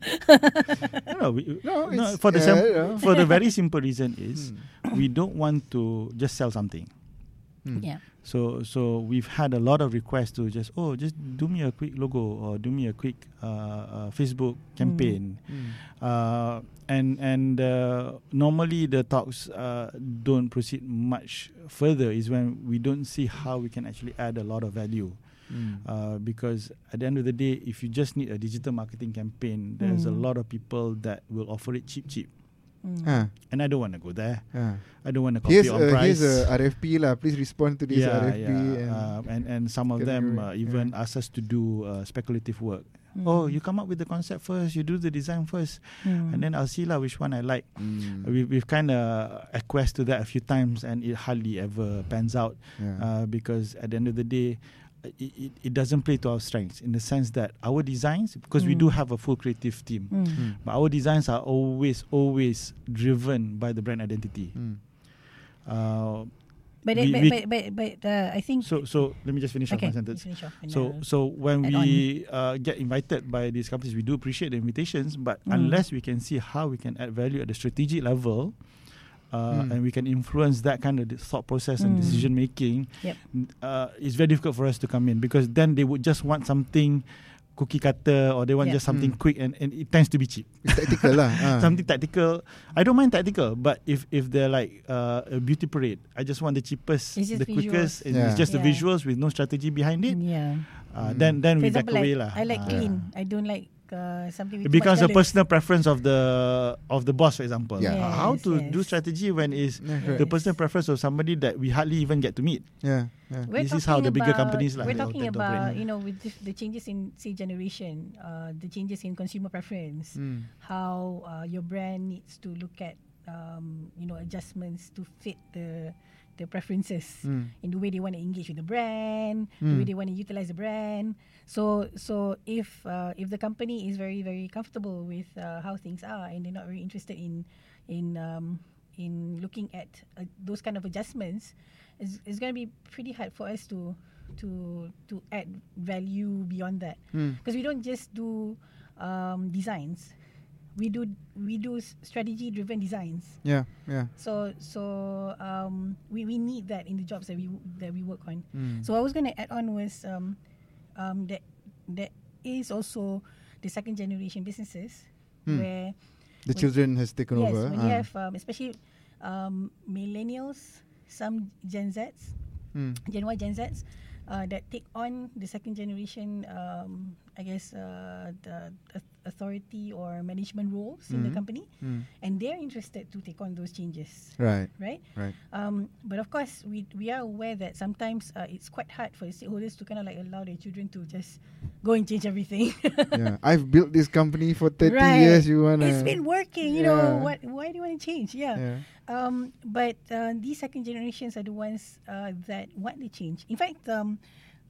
S4: no, no, we,
S2: No,
S4: no,
S2: it's-
S4: for the
S2: yeah,
S4: sem-
S2: yeah. Mm.
S4: for the very simple reason is we don't want to just sell something
S2: Hmm.
S3: yeah.
S4: so so we've had a lot of requests to just oh just do me a quick logo or do me a quick uh, uh, facebook campaign
S2: Hmm.
S4: Uh, and and uh, normally the talks uh, don't proceed much further is when we don't see how we can actually add a lot of value
S2: Hmm.
S4: uh, because at the end of the day, if you just need a digital marketing campaign, there's a lot of people that will offer it cheap, cheap.
S2: Ah,
S4: And I don't want to go there.
S2: ah.
S4: I don't want to compete
S2: Here's
S4: on
S2: a, here's
S4: price.
S2: a RFP lah. Please respond to this
S4: yeah,
S2: RFP.
S4: yeah.
S2: And
S4: uh, and and some of them uh,
S2: category, Mm.
S4: even ask us to do uh, speculative work.
S3: Hmm.
S4: Oh, you come up with the concept first. You do the design first,
S2: Mm.
S3: Hmm.
S4: and then I'll see lah which one I like.
S2: Hmm.
S4: We, we've kind of acquiesced to that a few times, and it hardly ever pans out
S2: Yeah.
S4: uh, because at the end of the day, uh, it, it, it doesn't play to our strengths in the sense that our designs, because
S2: Mm.
S4: we do have a full creative team,
S3: Hmm.
S2: Hmm.
S4: but our designs are always, always driven by the brand identity.
S2: Mm.
S4: Uh,
S3: But,
S4: We-
S3: but,
S4: we-
S3: but, but, but uh, I think.
S4: so, so let me just finish off my
S3: okay, you
S4: sentence.
S3: finish off. and,
S4: So,
S3: uh,
S4: so when
S3: add
S4: we uh, get invited by these companies, we do
S3: Mm.
S4: appreciate the invitations, but unless we can see how we can add value at the strategic level, uh,
S3: Mm.
S2: Hmm.
S4: and we can influence that kind of thought process and
S3: Hmm.
S4: decision making,
S3: Yep.
S4: uh, it's very difficult for us to come in because then they would just want something cookie cutter or they want
S3: Yeah.
S4: just
S2: Hmm.
S4: something quick and, and it tends to be cheap.
S2: It's tactical lah. ah.
S4: Something tactical. I don't mind tactical, but if if they're like uh, a beauty parade, I just want the cheapest,
S3: It's just
S4: the quickest,
S3: visuals.
S4: and
S2: Yeah.
S4: it's just the
S3: Yeah.
S4: visuals with no strategy behind it.
S3: Yeah.
S2: Mm.
S4: Uh, Then then
S3: For
S4: we back
S3: example,
S4: away
S3: like,
S4: lah.
S3: I like
S4: Ah.
S3: clean. I don't like uh, something
S4: It
S3: with too
S4: becomes
S3: much
S4: a
S3: colours.
S4: personal preference of the of the boss, for example.
S2: Yeah.
S4: Uh, How
S3: Yes,
S4: to do
S3: yes.
S4: strategy when
S2: Yeah,
S4: is the
S2: correct.
S3: Yes.
S4: personal preference of somebody that we hardly even get to meet.
S2: yeah, yeah.
S3: We're
S4: This is how the
S3: talking
S4: bigger
S3: about-
S4: companies lah,
S3: We're
S4: they all
S3: talking
S4: tend to
S3: about
S4: operate.
S3: you know with the- the changes in say generation, uh, the changes in consumer preference,
S2: Mm.
S3: how uh, your brand needs to look at um, you know adjustments to fit the the preferences
S2: Mm.
S3: in the way they want to engage with the brand, the
S2: Mm.
S3: way they want to utilize the brand. So so if uh, if the company is very very comfortable with uh, how things are and they're not very interested in in um, in looking at uh, those kind of adjustments, it's, it's going to be pretty hard for us to to to add value beyond that
S2: Mm.
S3: because we don't just do um, designs. We do we do strategy driven designs.
S2: Yeah, yeah.
S3: So so um, we, we need that in the jobs that we that we work on.
S2: Mm.
S3: So I was going to add on was um, um, that that is also the second generation businesses
S2: Hmm.
S3: where
S2: the
S3: when-
S2: children has taken
S3: yes
S2: over.
S3: when
S2: ah.
S3: you have um, especially um, millennials, some Gen Zs,
S2: Mm.
S3: Gen Y, Gen Zs. Uh, that take on the second generation, um, I guess, uh, the au- authority or management roles in the
S2: Mhm.
S3: company,
S2: Mm.
S3: and they're interested to take on those changes,
S2: Right,
S3: right?
S2: right.
S3: Um, but of course, we we are aware that sometimes uh, it's quite hard for the stakeholders to kind of like allow their children to just go and change everything.
S2: yeah, I've built this company for 30
S3: Right.
S2: years. You wanna?
S3: it's been working, you know.
S2: Yeah.
S3: What? Why do you want to change? Yeah.
S2: Yeah.
S3: Um, but uh, these second generations are the ones uh, that want to change. In fact, um,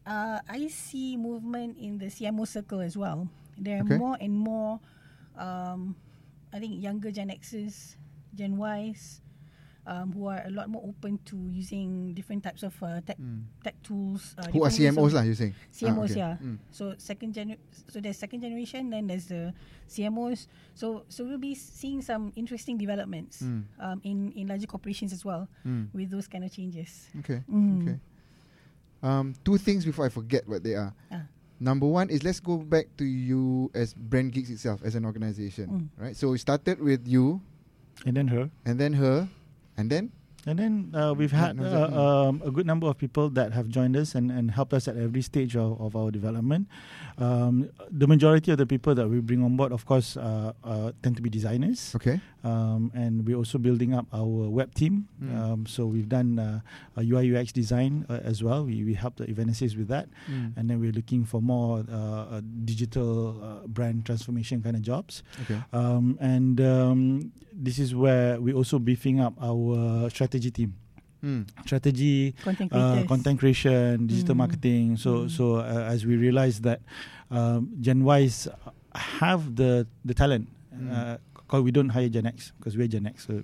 S3: uh, I see movement in the CMO circle as well. There are
S2: Okay.
S3: more and more, um, I think, younger Gen Xs, Gen Ys, um, who are a lot more open to using different types of uh, tech,
S2: Mm.
S3: tech tools. Uh,
S2: Who are
S3: different
S2: CMOs
S3: ways of-
S2: lah? You saying? Ah,
S3: CMOs,
S2: okay.
S3: yeah.
S2: Mm.
S3: So second gen, so there's second generation, then there's the CMOs. So so we'll be seeing some interesting developments
S2: Mm.
S3: um, in in larger corporations as well
S2: Mm.
S3: with those kind of changes.
S2: Okay.
S3: Mm.
S2: Okay. Um, two things before I forget what they are.
S3: Ah.
S2: Number one is let's go back to you as Brand Geeks itself as an organization,
S3: Mm.
S2: right? So it started with you,
S4: And then her.
S2: and then her, and then
S4: And then uh, we've
S2: Right,
S4: had
S2: no,
S4: uh,
S2: exactly.
S4: um, a good number of people that have joined us and, and helped us at every stage of, of our development. Um, the majority of the people that we bring on board, of course, uh, uh, tend to be designers.
S2: okay,
S4: Um, and we're also building up our web team.
S2: Mm.
S4: Um, so we've done uh, a UI UX design uh, as well. We, we helped the Evanesis with that.
S2: Mm.
S4: And then we're looking for more uh, uh, digital uh, brand transformation kind of jobs.
S2: okay,
S4: Um, and um, this is where we're also beefing up our strategy team
S2: mm.
S4: strategy,
S3: Content
S4: uh,
S3: creators.
S4: content creation, digital
S3: Mm.
S4: marketing. So
S3: Mm.
S4: so uh, as we realize that um, Gen Ys have the the talent,
S2: Mm.
S4: uh, 'cause we don't hire Gen X because we're Gen X. So,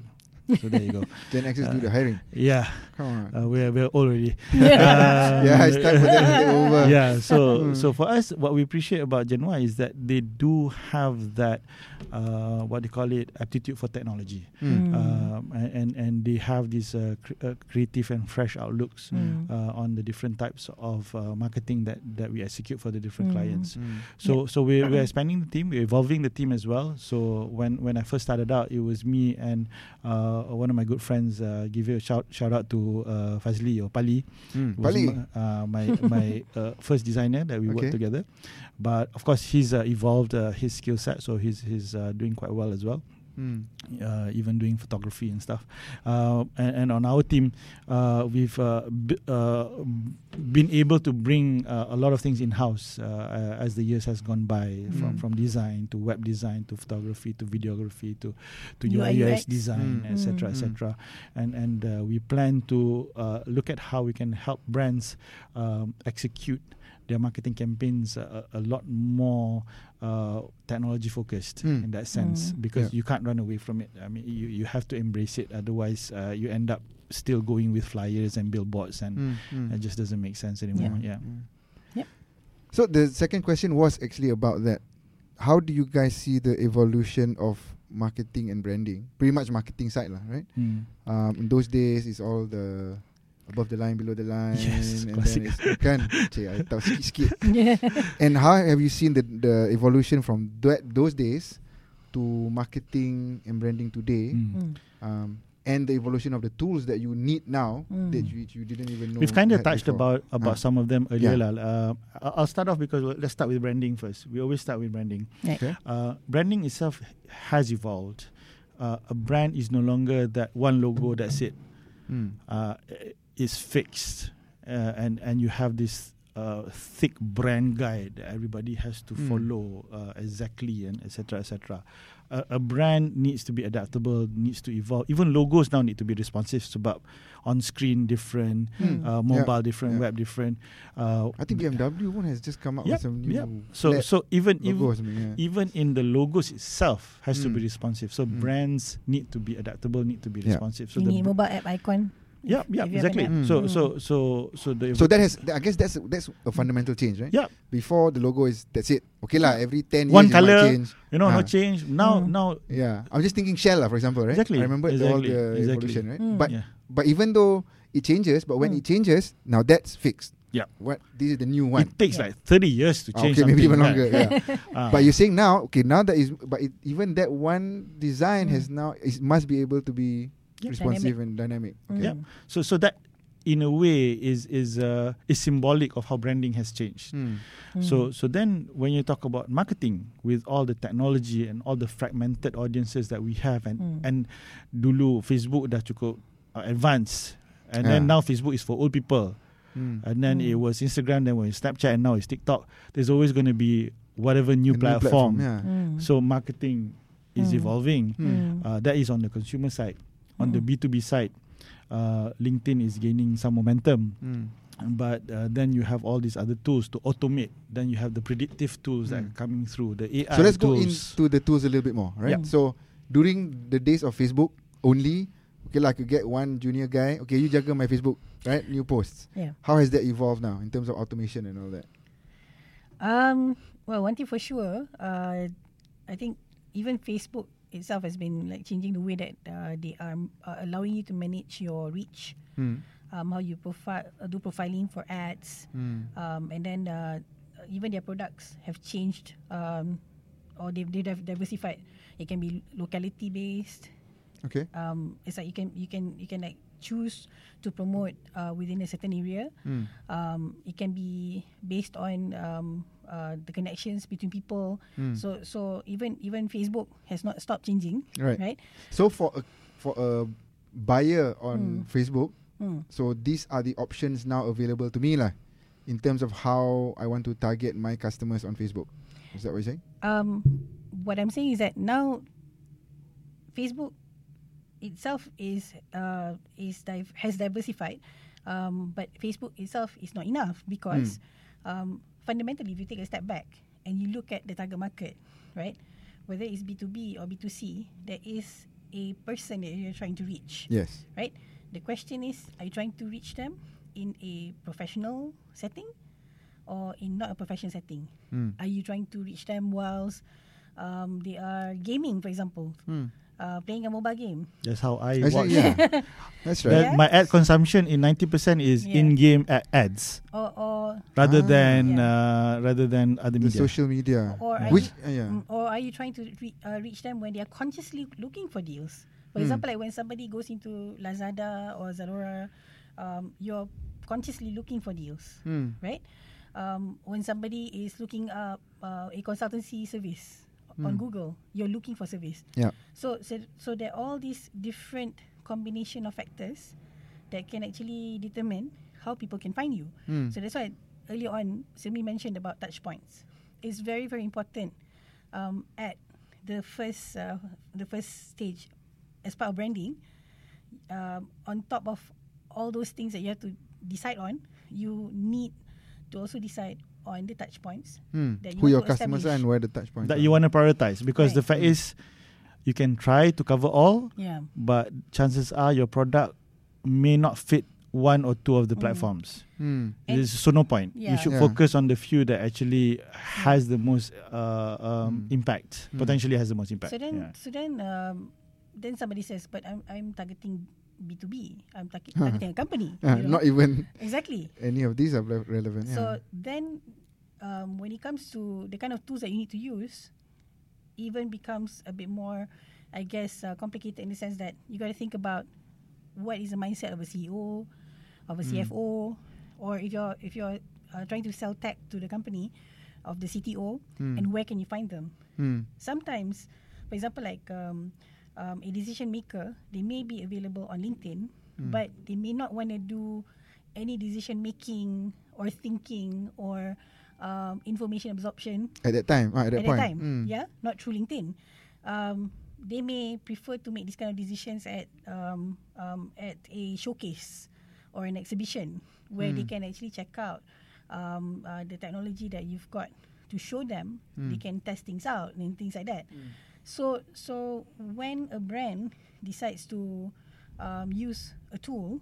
S4: so there you go.
S2: Gen X's do
S4: Uh,
S2: the hiring.
S4: Yeah,
S2: Come on,
S4: uh, we're we're old already. Um,
S2: yeah, it's time for them to take over.
S4: yeah so
S2: Mm.
S4: so for us what we appreciate about gen y is that they do have that uh, what they call it aptitude for technology
S2: Mm.
S3: Mm.
S4: um, and, and and they have these uh, cre- uh, creative and fresh outlooks
S3: Mm.
S4: uh, on the different types of uh, marketing that, that we execute for the different
S3: Mm.
S4: clients.
S2: Mm.
S4: So so we're, we're expanding the team, we're evolving the team as well. So when, when I first started out, it was me and uh, one of my good friends. Uh, give you a shout shout out to uh, Fazli or Pali.
S2: Mm.
S4: was
S2: Bali.
S4: my- uh, my my uh, first designer that we
S2: Okay.
S4: worked together. But of course, he's uh, evolved uh, his skill set, so he's he's uh, doing quite well as well
S2: Mm.
S4: uh, even doing photography and stuff. Uh, and, and on our team, uh, we've uh, b- uh, been able to bring uh, a lot of things in house uh, uh, as the years has gone by, from
S2: Mm.
S4: from design to web design to photography to videography to to
S3: UI,
S4: UI UX
S3: UX.
S4: design,
S2: Mm.
S4: etc.
S2: Mm.
S4: etc. And and uh, we plan to uh, look at how we can help brands um, execute. Their marketing campaigns a, a a lot more uh, technology focused
S2: Mm.
S4: in that sense
S3: Mm.
S4: because
S2: Yeah.
S4: you can't run away from it. I mean, you, you have to embrace it. Otherwise, uh, you end up still going with flyers and billboards, and
S2: Mm. Mm.
S4: it just doesn't make sense anymore. Yeah.
S3: Yep.
S2: So the second question was actually about that. How do you guys see the evolution of marketing and branding, pretty much marketing side lah, right? Um, in those days, it's all the above the line, below the line,
S4: Yes,
S2: and then
S4: classic.
S2: it's kan, cik, I tahu sikit-sikit.
S3: yeah.
S2: And how have you seen the the evolution from that, those days to marketing and branding today,
S3: Mm.
S2: um, and the evolution of the tools that you need now that you, you didn't even know?
S4: We've kind
S2: you
S4: of
S2: had
S4: touched
S2: before.
S4: about about
S2: Ah.
S4: some of them earlier.
S2: Yeah.
S4: lah. Uh, I- I'll start off because we'll- let's start with branding first. We always start with branding.
S3: Right.
S2: Okay.
S4: Uh, branding itself has evolved. Uh, a brand is no longer that one logo. That's it.
S2: Hmm.
S4: Uh, i- it's fixed, uh, and and you have this uh, thick brand guide that everybody has to
S2: Mm.
S4: follow uh, exactly, and etc. etc. A, a brand needs to be adaptable, needs to evolve. Even logos now need to be responsive. Sebab on screen different,
S2: Hmm.
S4: uh, mobile different,
S2: yeah.
S4: web different. Uh,
S2: I think BMW one has just come up
S4: Yep,
S2: with some new
S4: yep. so
S2: LED
S4: so even
S2: logo or
S4: even
S2: something. Yeah.
S4: even in the logos itself has
S2: Mm.
S4: to be responsive. So
S2: Mm.
S4: brands need to be adaptable, need to be
S2: Yeah.
S4: responsive. So
S3: You need
S4: the
S3: mobile app icon.
S4: yeah yeah
S3: if you have
S4: exactly.
S2: an app.
S4: So
S3: Mm.
S4: so so so the
S2: So that has, I guess that's that's a fundamental change, right?
S4: yeah
S2: Before the logo is that's it. Okay lah, every ten years you might
S4: One colour.
S2: change.
S4: you know no
S2: Ah.
S4: change now
S3: Mm.
S4: now
S2: Yeah, I'm just thinking Shell lah, for example, right? I
S4: Exactly,
S2: remember all
S4: exactly,
S2: the
S4: exactly. Hmm.
S2: evolution, right?
S3: Mm.
S2: But
S4: yeah Hmm.
S2: but even though it changes, but when it
S3: Mm.
S2: changes, now that's fixed.
S4: Yeah.
S2: What this is the new one.
S4: it takes like thirty years to
S2: Ah,
S4: change.
S2: okay, maybe
S4: something
S2: even
S4: like
S2: longer.
S4: that.
S2: yeah.
S4: Ah.
S2: But you're saying now, okay, now that is, but it, even that one design has now it must be able to be
S4: Yeah.
S2: responsive and dynamic.
S3: Hmm. Mm.
S2: Okay.
S4: yeah so so that in a way is is uh, is symbolic of how branding has changed.
S2: Hmm.
S3: Mm.
S4: So so then when you talk about marketing with all the technology and all the fragmented audiences that we have and
S3: Mm.
S4: and dulu Facebook dah cukup uh, advanced and then
S2: Yeah.
S4: now Facebook is for old people
S2: Hmm.
S4: and then it was Instagram then was Snapchat and now it's TikTok there's always going to be whatever
S2: A
S4: new platform,
S2: Yeah.
S3: Mm.
S4: so marketing is
S3: Mm.
S4: evolving
S2: Hmm.
S3: Mm.
S4: uh, that is on the consumer side on the
S3: Mm.
S4: B2B side uh, LinkedIn is gaining some momentum
S2: Hmm.
S4: but uh, then you have all these other tools to automate then you have the predictive tools that
S2: Mm.
S4: are coming through the AI
S2: So let's go
S4: Ah, tools
S2: into the tools a little bit more, right?
S3: Yeah.
S2: So during the days of Facebook only, okay, like you get one junior guy, okay, you juggle my Facebook, right? New posts.
S3: Yeah.
S2: How has that evolved now in terms of automation and all that?
S3: Um. Well, one thing for sure. Uh, I think even Facebook itself has been like changing the way that uh, they are uh, allowing you to manage your reach.
S2: Hmm.
S3: Um, how you profile uh, do profiling for ads,
S2: Hmm.
S3: um, and then uh, even their products have changed. Um, or they've, they've div- diversified. It can be locality based.
S2: Okay.
S3: Um, it's like you can you can you can like choose to promote uh, within a certain area.
S2: Hmm.
S3: um, it can be based on um, uh, the connections between people. So so even even Facebook has not stopped changing,
S2: Right.
S3: right?
S2: So for a, for a buyer
S3: Hmm.
S2: on Facebook,
S3: Mm.
S2: so these are the options now available to me lah, in terms of how I want to target my customers on Facebook. Is that what you're saying?
S3: Um, what I'm saying is that now Facebook itself is uh, is div- has diversified, um, but Facebook itself is not enough because um, fundamentally, if you take a step back and you look at the target market, right? Whether it's B2B or B2C, there is a person that you're trying to reach.
S2: Yes.
S3: right? The question is, are you trying to reach them in a professional setting or in not a professional setting?
S2: Hmm.
S3: Are you trying to reach them whilst um, they are gaming, for example,
S2: Hmm.
S3: uh, playing a mobile game?
S4: that's how I watch
S2: Actually, yeah. That's right.
S4: That my ad consumption in 90% is
S3: Yeah.
S4: in-game ad- ads
S3: Or, or,
S4: rather
S2: Ah.
S4: than uh, rather than other
S2: The
S4: media.
S2: social media.
S3: Or I-
S2: Which uh, yeah.
S3: mm, or are you trying to re- uh, reach them when they are consciously looking for deals? For
S2: Hmm.
S3: example, like when somebody goes into Lazada or Zalora, um, you're consciously looking for deals.
S2: Hmm.
S3: right? Um, when somebody is looking up uh, a consultancy service on Google, you're looking for service.
S2: Yeah.
S3: So, so, so there are all these different combination of factors that can actually determine how people can find you.
S2: Hmm.
S3: So that's why earlier on, Simi mentioned about touch points. It's very, very important um, at the first, uh, the first stage as part of branding. Um, on top of all those things that you have to decide on, you need to also decide on the touch points.
S2: Hmm.
S3: that you
S2: Who
S3: want
S2: your
S3: to
S2: customers are
S3: establish.
S2: and where the touch points
S4: that
S2: are.
S4: you want to prioritize because the
S3: Right.
S4: fact is you can try to cover all
S3: Yeah.
S4: but chances are your product may not fit one or two of the platforms.
S2: Hmm.
S3: Mm. And-
S4: There's so no point. You
S3: Yeah.
S4: should
S2: Yeah.
S4: focus on the few that actually has the most uh, um,
S2: Mm.
S4: impact.
S2: Mm.
S4: Potentially has the most impact.
S3: So then,
S4: yeah.
S3: so then, um, then somebody says, "But I'm I'm targeting B 2 B. I'm target-
S2: Huh.
S3: targeting a company.
S2: Ah,
S3: you know?
S2: Not even
S3: exactly.
S2: any of these are re- relevant.
S3: So
S2: Yeah.
S3: then, um, when it comes to the kind of tools that you need to use, even becomes a bit more, I guess, uh, complicated in the sense that you got to think about what is the mindset of a CEO, of a CFO, or if you're if you're uh, trying to sell tech to the company, of the CTO, and where can you find them?
S2: Hmm.
S3: sometimes, for example, like um, um, a decision maker, they may be available on LinkedIn, but they may not want to do any decision making or thinking or um, information absorption
S2: At that time, ah, at that
S3: at
S2: point.
S3: that time.
S2: Hmm.
S3: Yeah, not through LinkedIn. Um, they may prefer to make these kind of decisions at um, um, at a showcase or an exhibition where they
S2: Mm.
S3: can actually check out um, uh, the technology that you've got to show them.
S2: Mm.
S3: They can test things out and things like that. So so when a brand decides to um, use a tool,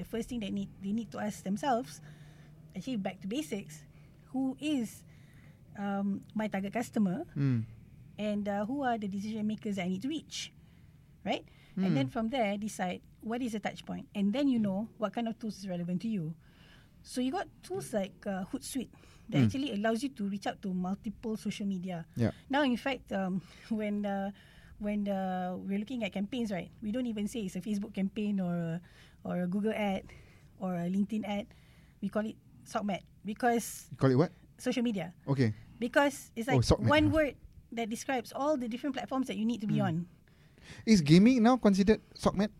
S3: the first thing they need they need to ask themselves, actually back to basics, who is um, my target customer
S2: Hmm.
S3: and uh, who are the decision makers that I need to reach, right? And then from there, decide what is the touch point, and then you know what kind of tools is relevant to you. So you got tools like uh, Hootsuite that actually allows you to reach out to multiple social media.
S2: Yeah.
S3: Now, in fact, um, when uh, when uh, we're looking at campaigns, right, we don't even say it's a Facebook campaign or a, or a Google ad or a LinkedIn ad. We call it SOCMED because
S2: You call it what?
S3: social media
S2: Okay.
S3: because it's
S2: Oh,
S3: like
S2: sock
S3: one
S2: man.
S3: word that describes all the different platforms that you need to be
S2: Hmm.
S3: on.
S2: Is gaming now considered SOCMED?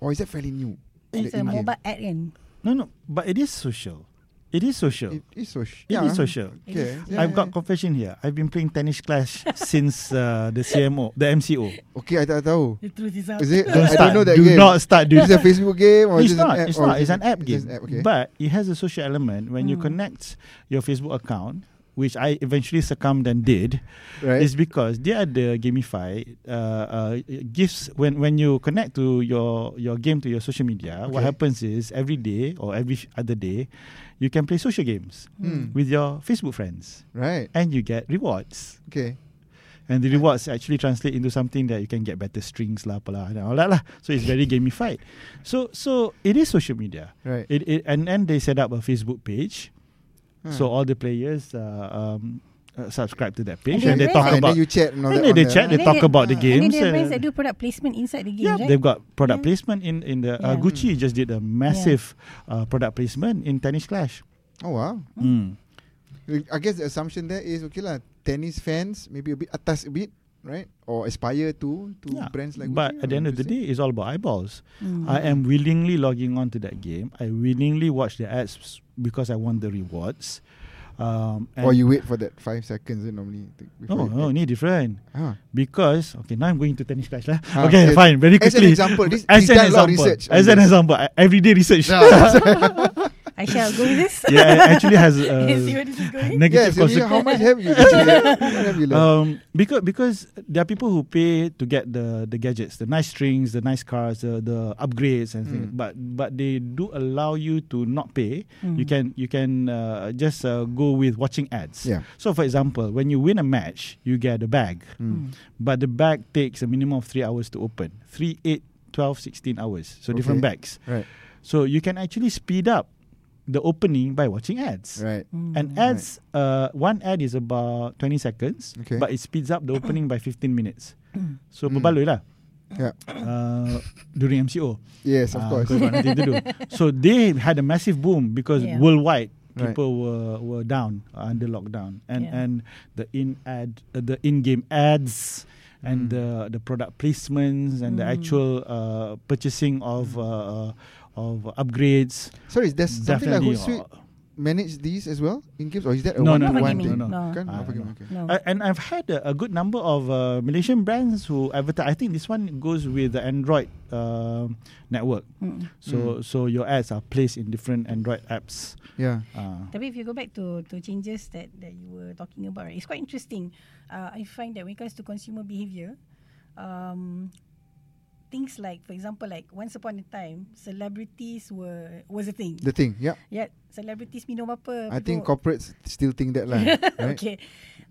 S2: Or is that fairly new?
S3: It's
S2: The
S3: a
S2: in-game.
S3: mobile ad and
S4: No, no, but it is social. It is social.
S2: It is social.
S4: It is social.
S2: Okay.
S3: It is-
S2: yeah,
S4: I've got
S2: yeah.
S4: confession here. I've been playing Tennis Clash since uh, the CMO, the MCO.
S2: Okay, I, I tahu.
S3: the truth is out.
S2: Is it?
S4: Don't
S2: I
S4: start.
S2: don't know that
S4: do
S2: game.
S4: not start doing
S2: Is it a Facebook game or is
S4: it's
S2: it
S4: not.
S2: An app
S4: it's
S2: or
S4: not.
S2: is
S4: It's
S2: it-
S4: an app game.
S2: It's an app, okay. Hmm.
S4: But it has a social element when you connect your Facebook account, which I eventually succumbed and did,
S2: right?
S4: is because they are the gamify uh, uh, gifts. When when you connect to your your game to your social media, what
S2: Okay.
S4: happens is every day or every other day, you can play social games
S2: Hmm.
S4: with your Facebook friends,
S2: Right.
S4: and you get rewards.
S2: Okay.
S4: And the rewards actually translate into something that you can get better strings lah, apalah, and all that lah. So it's very gamified. So so it is social media.
S2: Right.
S4: It, it and then they set up a Facebook page, so all the players uh, um, uh, subscribe to that page
S3: they
S4: and, they
S3: raise
S4: talk
S2: and
S3: it.
S2: then
S4: about.
S2: you chat and all
S4: and
S2: that.
S4: then they
S2: on
S4: chat,
S2: the-
S4: they
S3: And then
S4: talk
S3: they- uh,
S4: about the
S3: And then
S4: games.
S3: there are brands that
S4: and-
S3: do product placement inside the game,
S4: yeah,
S3: right?
S4: they've got product
S3: Yeah.
S4: placement in in the uh,
S3: Yeah.
S4: Gucci just did a massive uh, product placement in Tennis Clash.
S2: Oh wow.
S3: Hmm.
S4: Mm.
S2: I guess the assumption there is okay lah. Tennis fans maybe a bit atas a bit, right? Or aspire to to
S4: Yeah.
S2: brands like.
S4: But
S2: Gucci,
S4: at the
S2: or
S4: end of the
S2: Gucci.
S4: day, it's all about eyeballs.
S3: Hmm.
S4: I am willingly logging on to that game. I willingly watch the ads because I want the rewards. Um, and
S2: Or you wait for that five seconds eh, normally. to-
S4: no,
S2: before you
S4: no,
S2: click.
S4: ni different.
S2: Ah.
S4: Because okay, now I'm going to tennis clash lah.
S2: Ah,
S4: okay,
S2: okay.
S4: fine, very
S2: As an
S4: quickly.
S2: example, this-
S4: as
S2: he's
S4: an
S2: done a lot of
S4: example,
S2: research on
S4: as an
S2: this.
S4: example, I- everyday research.
S2: Yeah.
S3: I shall go with this.
S4: yeah, it actually has uh,
S3: See where this is going.
S2: Yes,
S4: negative
S2: yeah,
S4: consequences.
S2: how much have you? actually learned? How much have you learned?
S4: Um, because because there are people who pay to get the the gadgets, the nice strings, the nice cars, the, the upgrades and things.
S2: Mm.
S4: But but they do allow you to not pay.
S3: Mm.
S4: You can you can uh, just uh, go with watching ads.
S2: Yeah.
S4: So for example, when you win a match, you get a bag,
S2: Mm.
S4: but the bag takes a minimum of three hours to open. Three, eight, 12, 16 hours. So different
S2: Okay.
S4: bags.
S2: Right,
S4: So you can actually speed up the opening by watching ads.
S2: right.
S3: Hmm.
S2: Mm,
S4: And ads, uh, one ad is about 20 seconds,
S2: Okay. Mm.
S4: but it speeds up the opening by 15 minutes. so, berbaloi lah
S2: Yeah.
S4: uh, during MCO.
S2: Yes, of
S4: Ah,
S2: course.
S4: because got nothing to do. So, they had a massive boom because
S3: Yeah.
S4: worldwide
S2: Right.
S4: people were, were down uh, under lockdown. And,
S3: Yeah.
S4: and the, in ad, uh, the in-game ads and
S2: Mm.
S4: the, the product placements and the
S3: Mm.
S4: actual uh, purchasing of,
S2: Mm.
S4: uh, of upgrades.
S2: Sorry, is there something like
S4: Definitely,
S2: Hootsuite
S4: uh,
S2: manage these as well in games, or is that a
S4: No,
S2: one to
S4: no, no,
S2: one
S4: no,
S2: thing?
S4: no, no.
S2: Kan?
S4: Ah,
S2: Oh, okay,
S4: no.
S2: okay.
S3: No.
S4: Uh, and I've had a, a good number of uh, Malaysian brands who advertise. I think this one goes with the Android um network.
S3: Mm.
S4: So so your ads are placed in different Android apps.
S2: Yeah.
S4: Uh,
S3: Tapi if you go back to to changes that that you were talking about, right, it's quite interesting. Uh, I find that when it comes to consumer behaviour, um, things like, for example, like once upon a time, celebrities were was a thing.
S2: The thing, yeah.
S3: yeah, celebrities minum apa?
S2: I think
S3: people-
S2: corporates still think that lah. right?
S3: Uh, Okay.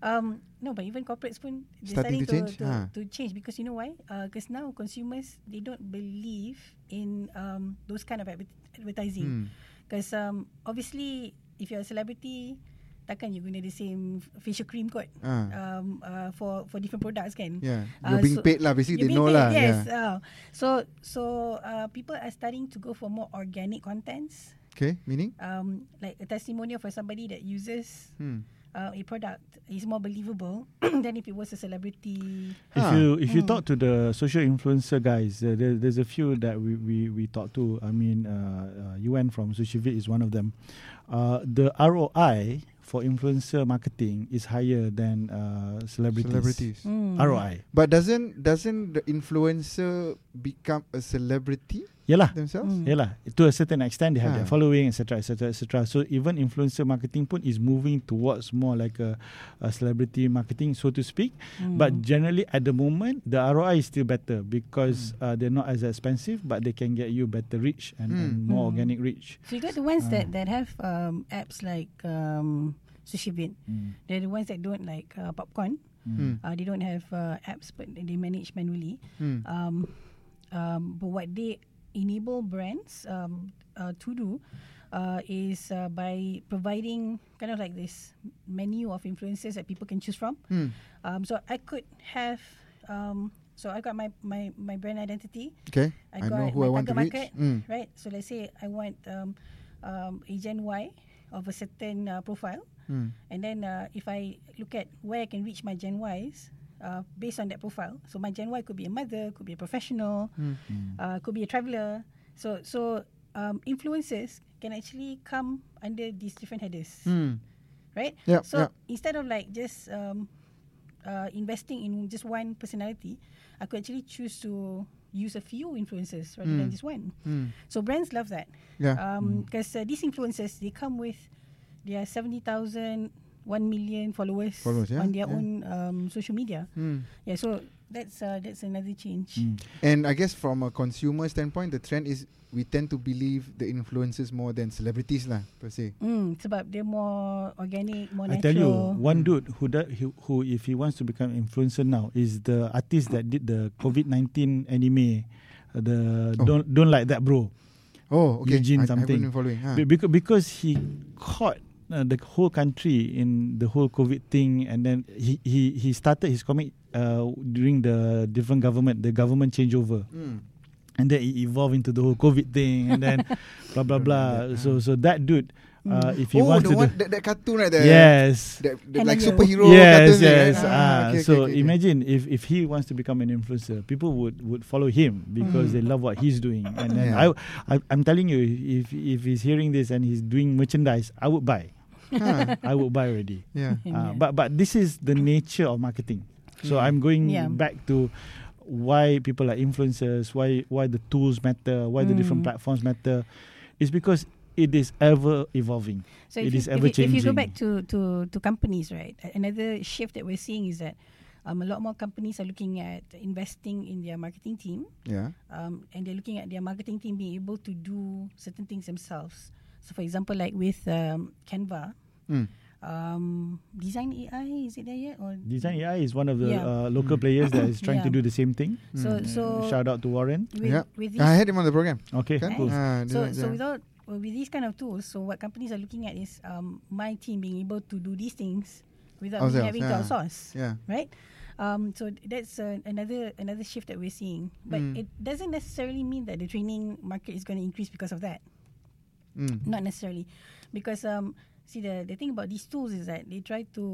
S3: Um, no, but even corporates pun they're
S2: Starting
S3: starting,
S2: to change,
S3: to,
S2: ha.
S3: to change because you know why? Because now consumers they don't believe in um, those kind of adver- advertising.
S2: Hmm.
S3: Because um, obviously, if you're a celebrity, takkan you guna the same f- facial cream kot
S2: Ah,
S3: um, uh, for for different products kan?
S2: yeah.
S3: uh,
S2: You're being
S3: so-
S2: paid lah. Basically, they
S3: You mean
S2: know lah.
S3: that, Yes.
S2: Yeah.
S3: Uh, so so uh, people are starting to go for more organic contents,
S2: Okay, meaning?
S3: um, like a testimonial for somebody that uses
S2: Hmm.
S3: uh, a product is more believable than if it was a celebrity.
S4: If
S2: Ah.
S4: you if you
S3: Mm.
S4: talk to the social influencer guys, uh, there, there's a few that we we, we talk to. I mean, uh, uh, Yuan from Sushivit is one of them. Uh, the ROI for influencer marketing is higher than uh, celebrities.
S2: Celebrities.
S3: Mm. Hmm.
S4: ROI.
S2: But doesn't doesn't the influencer become a celebrity
S4: Yalah.
S2: themselves?
S3: Mm.
S4: Yalah, to a certain extent they have their
S2: Ah.
S4: following, etc., etc., etc. So even influencer marketing pun is moving towards more like a, a celebrity marketing, so to speak.
S2: Mm.
S4: But generally at the moment, the ROI is still better because uh, they're not as expensive, but they can get you better reach and,
S2: Mm.
S4: and more
S3: Mm.
S4: organic reach.
S3: so you got the ones
S4: Ah.
S3: that that have um, apps like um, Sushi Bin.
S2: Mm.
S3: They're the ones that don't like uh, popcorn.
S2: Hmm.
S3: Uh, they don't have uh, apps, but they manage manually.
S2: Hmm.
S3: um, um, but what they enable brands um, uh, to do uh, is uh, by providing kind of like this menu of influences that people can choose from.
S2: Hmm.
S3: Um, so I could have, um, so I got my, my, my brand identity,
S2: Okay.
S3: I
S2: I, know
S3: got
S2: who I
S3: my
S2: want to
S3: target
S2: reach.
S3: market.
S2: Mm.
S3: right? So let's say I want um, um, agent Y of a certain uh, profile.
S2: Mm.
S3: And then uh, if I look at where I can reach my Gen Ys, uh, based on that profile, so my Gen Y could be a mother, could be a professional, uh, could be a traveler. So so um, influences can actually come under these different headers,
S2: Mm.
S3: right?
S2: Yeah,
S3: so
S2: yeah.
S3: instead of like just um, uh, investing in just one personality, I could actually choose to use a few influences rather than
S2: Mm.
S3: just one.
S2: Mm.
S3: So brands love that
S2: Yeah.
S3: because Hmm. uh, these influencers they come with their 70,000 1 million followers,
S2: Followers, yeah,
S3: on their
S2: yeah.
S3: own um, social media
S2: Mm.
S3: yeah so that's uh, that's another change
S4: Hmm. Mm.
S2: And I guess from a consumer standpoint, the trend is we tend to believe the influencers more than celebrities lah per se.
S3: mm, sebab dia more organic more
S4: I
S3: natural
S4: tell you,
S2: Mm.
S4: one dude who da- who- who if he wants to become influencer now is the artist that did the COVID nineteen anime, uh, the
S2: Oh.
S4: don't don't like that bro.
S2: Oh, okay.
S4: Eugene
S2: I, I
S4: something.
S2: haven't been following. Ah.
S4: Be- because because he caught uh, the whole country in the whole COVID thing, and then he he he started his comic uh, during the different government, the government changeover,
S2: Mm.
S4: and then it evolved into the whole COVID thing, and then blah blah blah. So so that dude, uh, if he
S2: oh,
S4: wants
S2: the
S4: to,
S2: one
S4: do,
S2: that, that cartoon right there.
S4: yes.
S2: That, that
S3: And
S2: like
S3: then you-
S2: superhero
S4: Yes,
S2: cartoon.
S4: yes.
S2: Right?
S4: Ah,
S2: okay,
S4: so
S2: okay, okay.
S4: imagine if if he wants to become an influencer, people would would follow him because they love what he's doing. And then
S2: Mm. Yeah.
S4: I, I I'm telling you, if if he's hearing this and he's doing merchandise, I would buy.
S2: Ah,
S4: I would buy already.
S2: yeah.
S4: Uh, but but this is the nature of marketing. So I'm going
S3: Yeah.
S4: back to why people are influencers, why why the tools matter, why the different
S3: Mm.
S4: platforms matter. It's because it is ever evolving.
S3: so
S4: it
S3: if
S4: is
S3: you, if, you, if you go
S4: ever-changing.
S3: back to, to, to companies right a- another shift that we're seeing is that um, a lot more companies are looking at investing in their marketing team
S2: Yeah.
S3: um, and they're looking at their marketing team being able to do certain things themselves. So, for example, like with um, Canva,
S2: Mm.
S3: um, Design AI is it there yet? Or
S4: Design AI is one of the
S3: Yeah.
S4: uh, local players that is trying to
S3: Yeah.
S4: do the same thing.
S3: So,
S4: Hmm.
S3: so
S4: Shout out to Warren.
S3: with,
S2: yeah. I
S3: with these,
S2: had him on the program.
S4: Okay,
S2: Kan?
S4: cool.
S2: Ah,
S3: so
S2: design-
S3: so
S2: yeah.
S3: without well, with these kind of tools, so what companies are looking at is um, my team being able to do these things without me
S2: Ourselves,
S3: having
S2: yeah.
S3: to outsource.
S2: yeah.
S3: right? Um, so th- that's uh, another another shift that we're seeing, but
S2: Mm.
S3: it doesn't necessarily mean that the training market is going to increase because of that.
S2: Mm.
S3: Not necessarily, because um, see the the thing about these tools is that they try to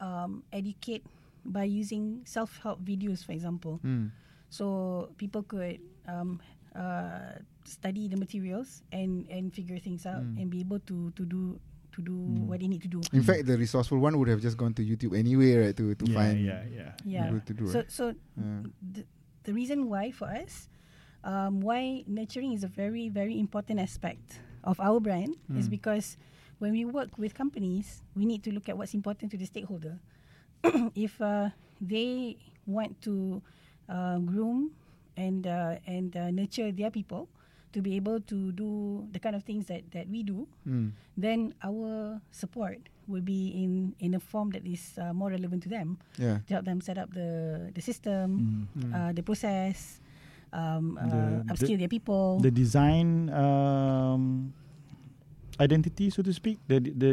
S3: um, educate by using self help videos, for example.
S2: Mm.
S3: So people could um, uh, study the materials and and figure things out
S2: Hmm.
S3: and be able to to do to do what they need to do.
S2: In fact, the resourceful one would have just gone to YouTube anyway, right? To to
S4: yeah,
S2: find.
S4: yeah, yeah.
S3: yeah.
S2: able to do,
S3: so
S2: right?
S3: so
S2: Yeah.
S3: the, the reason why for us, um, why nurturing is a very, very important aspect of our brand is because when we work with companies, we need to look at what's important to the stakeholder. if uh, they want to uh, groom and uh, and uh, nurture their people to be able to do the kind of things that, that we do,
S2: Mm.
S3: then our support will be in, in a form that is uh, more relevant to them
S2: Yeah. Hmm.
S3: to help them set up the the system,
S4: Mm.
S3: uh, the process, um, uh,
S4: The-
S3: upskill their people.
S4: the design um, identity, so to speak, the the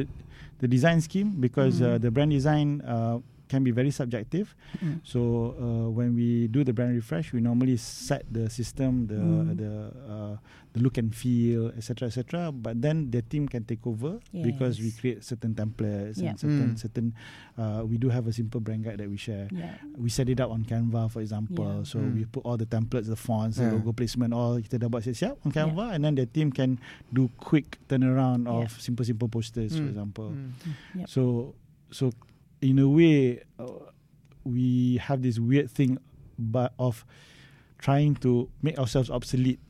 S4: the design scheme because uh, the brand design uh, can be very subjective.
S3: Mm.
S4: So uh, when we do the brand refresh, we normally set the system, the
S3: Mm.
S4: the uh, the look and feel, etc., etc. But then the team can take over because we
S3: Yes.
S4: create certain templates and
S3: Yeah.
S4: certain
S2: Mm.
S4: certain. Uh, we do have a simple brand guide that we share
S3: yeah.
S4: we set it up on Canva for example.
S3: Yeah.
S4: So
S2: Mm.
S4: we put all the templates, the fonts,
S2: Yeah.
S4: the logo placement, all kita dah buat siap-siap on Canva and then the team can do quick turnaround
S3: Yeah. Hmm.
S4: of simple-simple posters for
S2: Mm.
S4: example.
S2: Mm.
S3: Yep.
S4: So so in a way uh, we have this weird thing but of trying to make ourselves obsolete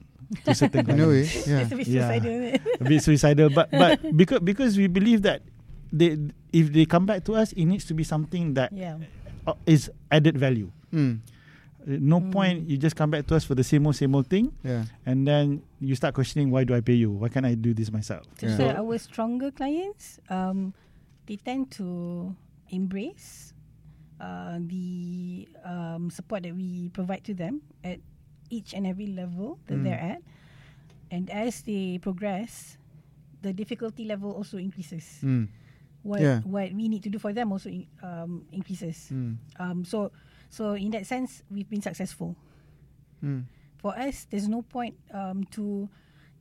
S4: to certain
S2: In a way,
S4: clients.
S2: yeah.
S3: It's a bit
S4: Yeah.
S3: suicidal, isn't it?
S4: a bit suicidal but but because because we believe that they if they come back to us it needs to be something that
S3: yeah.
S4: uh, is added value.
S2: Mm.
S4: Uh, no point you just come back to us for the same old same old thing
S2: Yeah.
S4: and then you start questioning why do i pay you why can't i do this myself
S3: To
S2: Yeah.
S3: say our stronger clients, um, they tend to embrace uh, the um, support that we provide to them at each and every level that
S4: Hmm.
S2: Mm.
S3: they're at. And as they progress, the difficulty level also increases.
S2: Mm.
S4: Hmm.
S3: What
S2: Yeah.
S3: what we need to do for them also in, um, increases.
S2: Mm.
S3: Um, so so in that sense, we've been successful.
S2: Mm.
S3: For us, there's no point um, to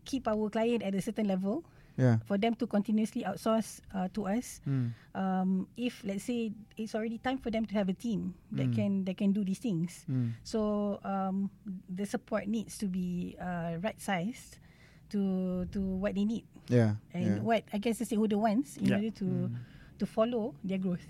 S3: keep our client at a certain level
S2: Yeah.
S3: for them to continuously outsource uh, to us
S2: Mm.
S3: um, if let's say it's already time for them to have a team that
S2: Mm.
S3: can that can do these things
S2: Mm.
S3: so um, the support needs to be uh, right sized to to what they need
S2: Yeah. yeah. Hmm.
S3: and
S2: Mm.
S3: what I guess the stakeholder wants in
S4: Yeah.
S3: order to to follow their growth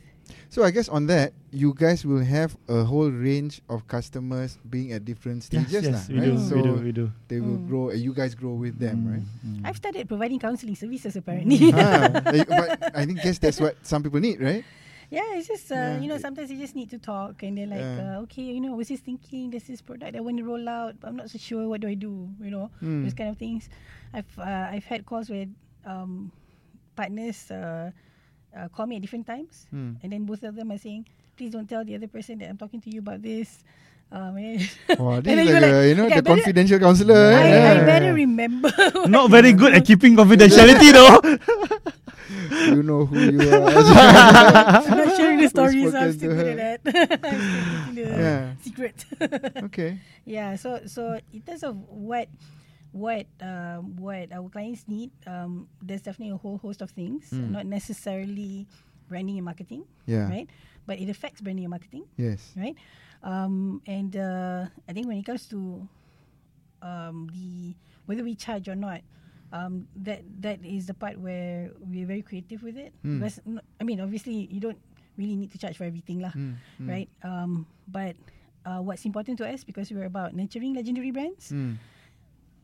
S2: So I guess on that, you guys will have a whole range of customers being at different stages, lah,
S4: we,
S2: right?
S4: do,
S2: so
S4: we do we do
S2: they will
S3: Mm.
S2: grow, and you guys grow with them, right?
S4: Mm.
S3: I've started providing counseling services apparently
S2: ah, eh, but I think guess that's what some people need, right?
S3: Yeah, it's just uh,
S2: Yeah.
S3: you know sometimes you just need to talk and they're like,
S2: Yeah.
S3: uh, okay, you know, I was just thinking there's this product I want to roll out, but I'm not so sure what do I do, you know,
S2: Mm.
S3: those kind of things. I've uh, I've had calls where um, partners uh, uh, call me at different times,
S2: Mm.
S3: and then both of them are saying, please don't tell the other person that I'm talking to you about this. Um, and
S2: Wow,
S3: and
S2: this
S3: then
S2: is
S3: you're
S2: like, a, you know
S3: okay, I
S2: the
S3: better-
S2: confidential counselor.
S3: I,
S2: eh?
S3: I
S4: Yeah.
S3: better remember. what
S4: not very good at keeping confidentiality though
S2: you know who you are.
S3: I'm not sharing the
S2: Who's
S3: stories. I'm
S2: spoken
S3: still
S2: to
S3: good
S2: her?
S3: at that. I'm still keeping the
S2: Yeah.
S3: secret.
S2: okay.
S3: Yeah, so so in terms of what what um, what our clients need, um, there's definitely a whole host of things.
S2: Mm.
S3: Not necessarily branding and marketing,
S2: Yeah.
S3: right? But it affects branding and marketing,
S2: Yes.
S3: right? Um, and uh, I think when it comes to um, the whether we charge or not, um, that that is the part where we're very creative with it.
S2: Mm.
S3: Because, n- I mean, obviously, you don't really need to charge for everything, lah
S2: Mm, mm,
S3: right? Um, but uh, what's important to us because we're about nurturing legendary brands,
S2: Mm.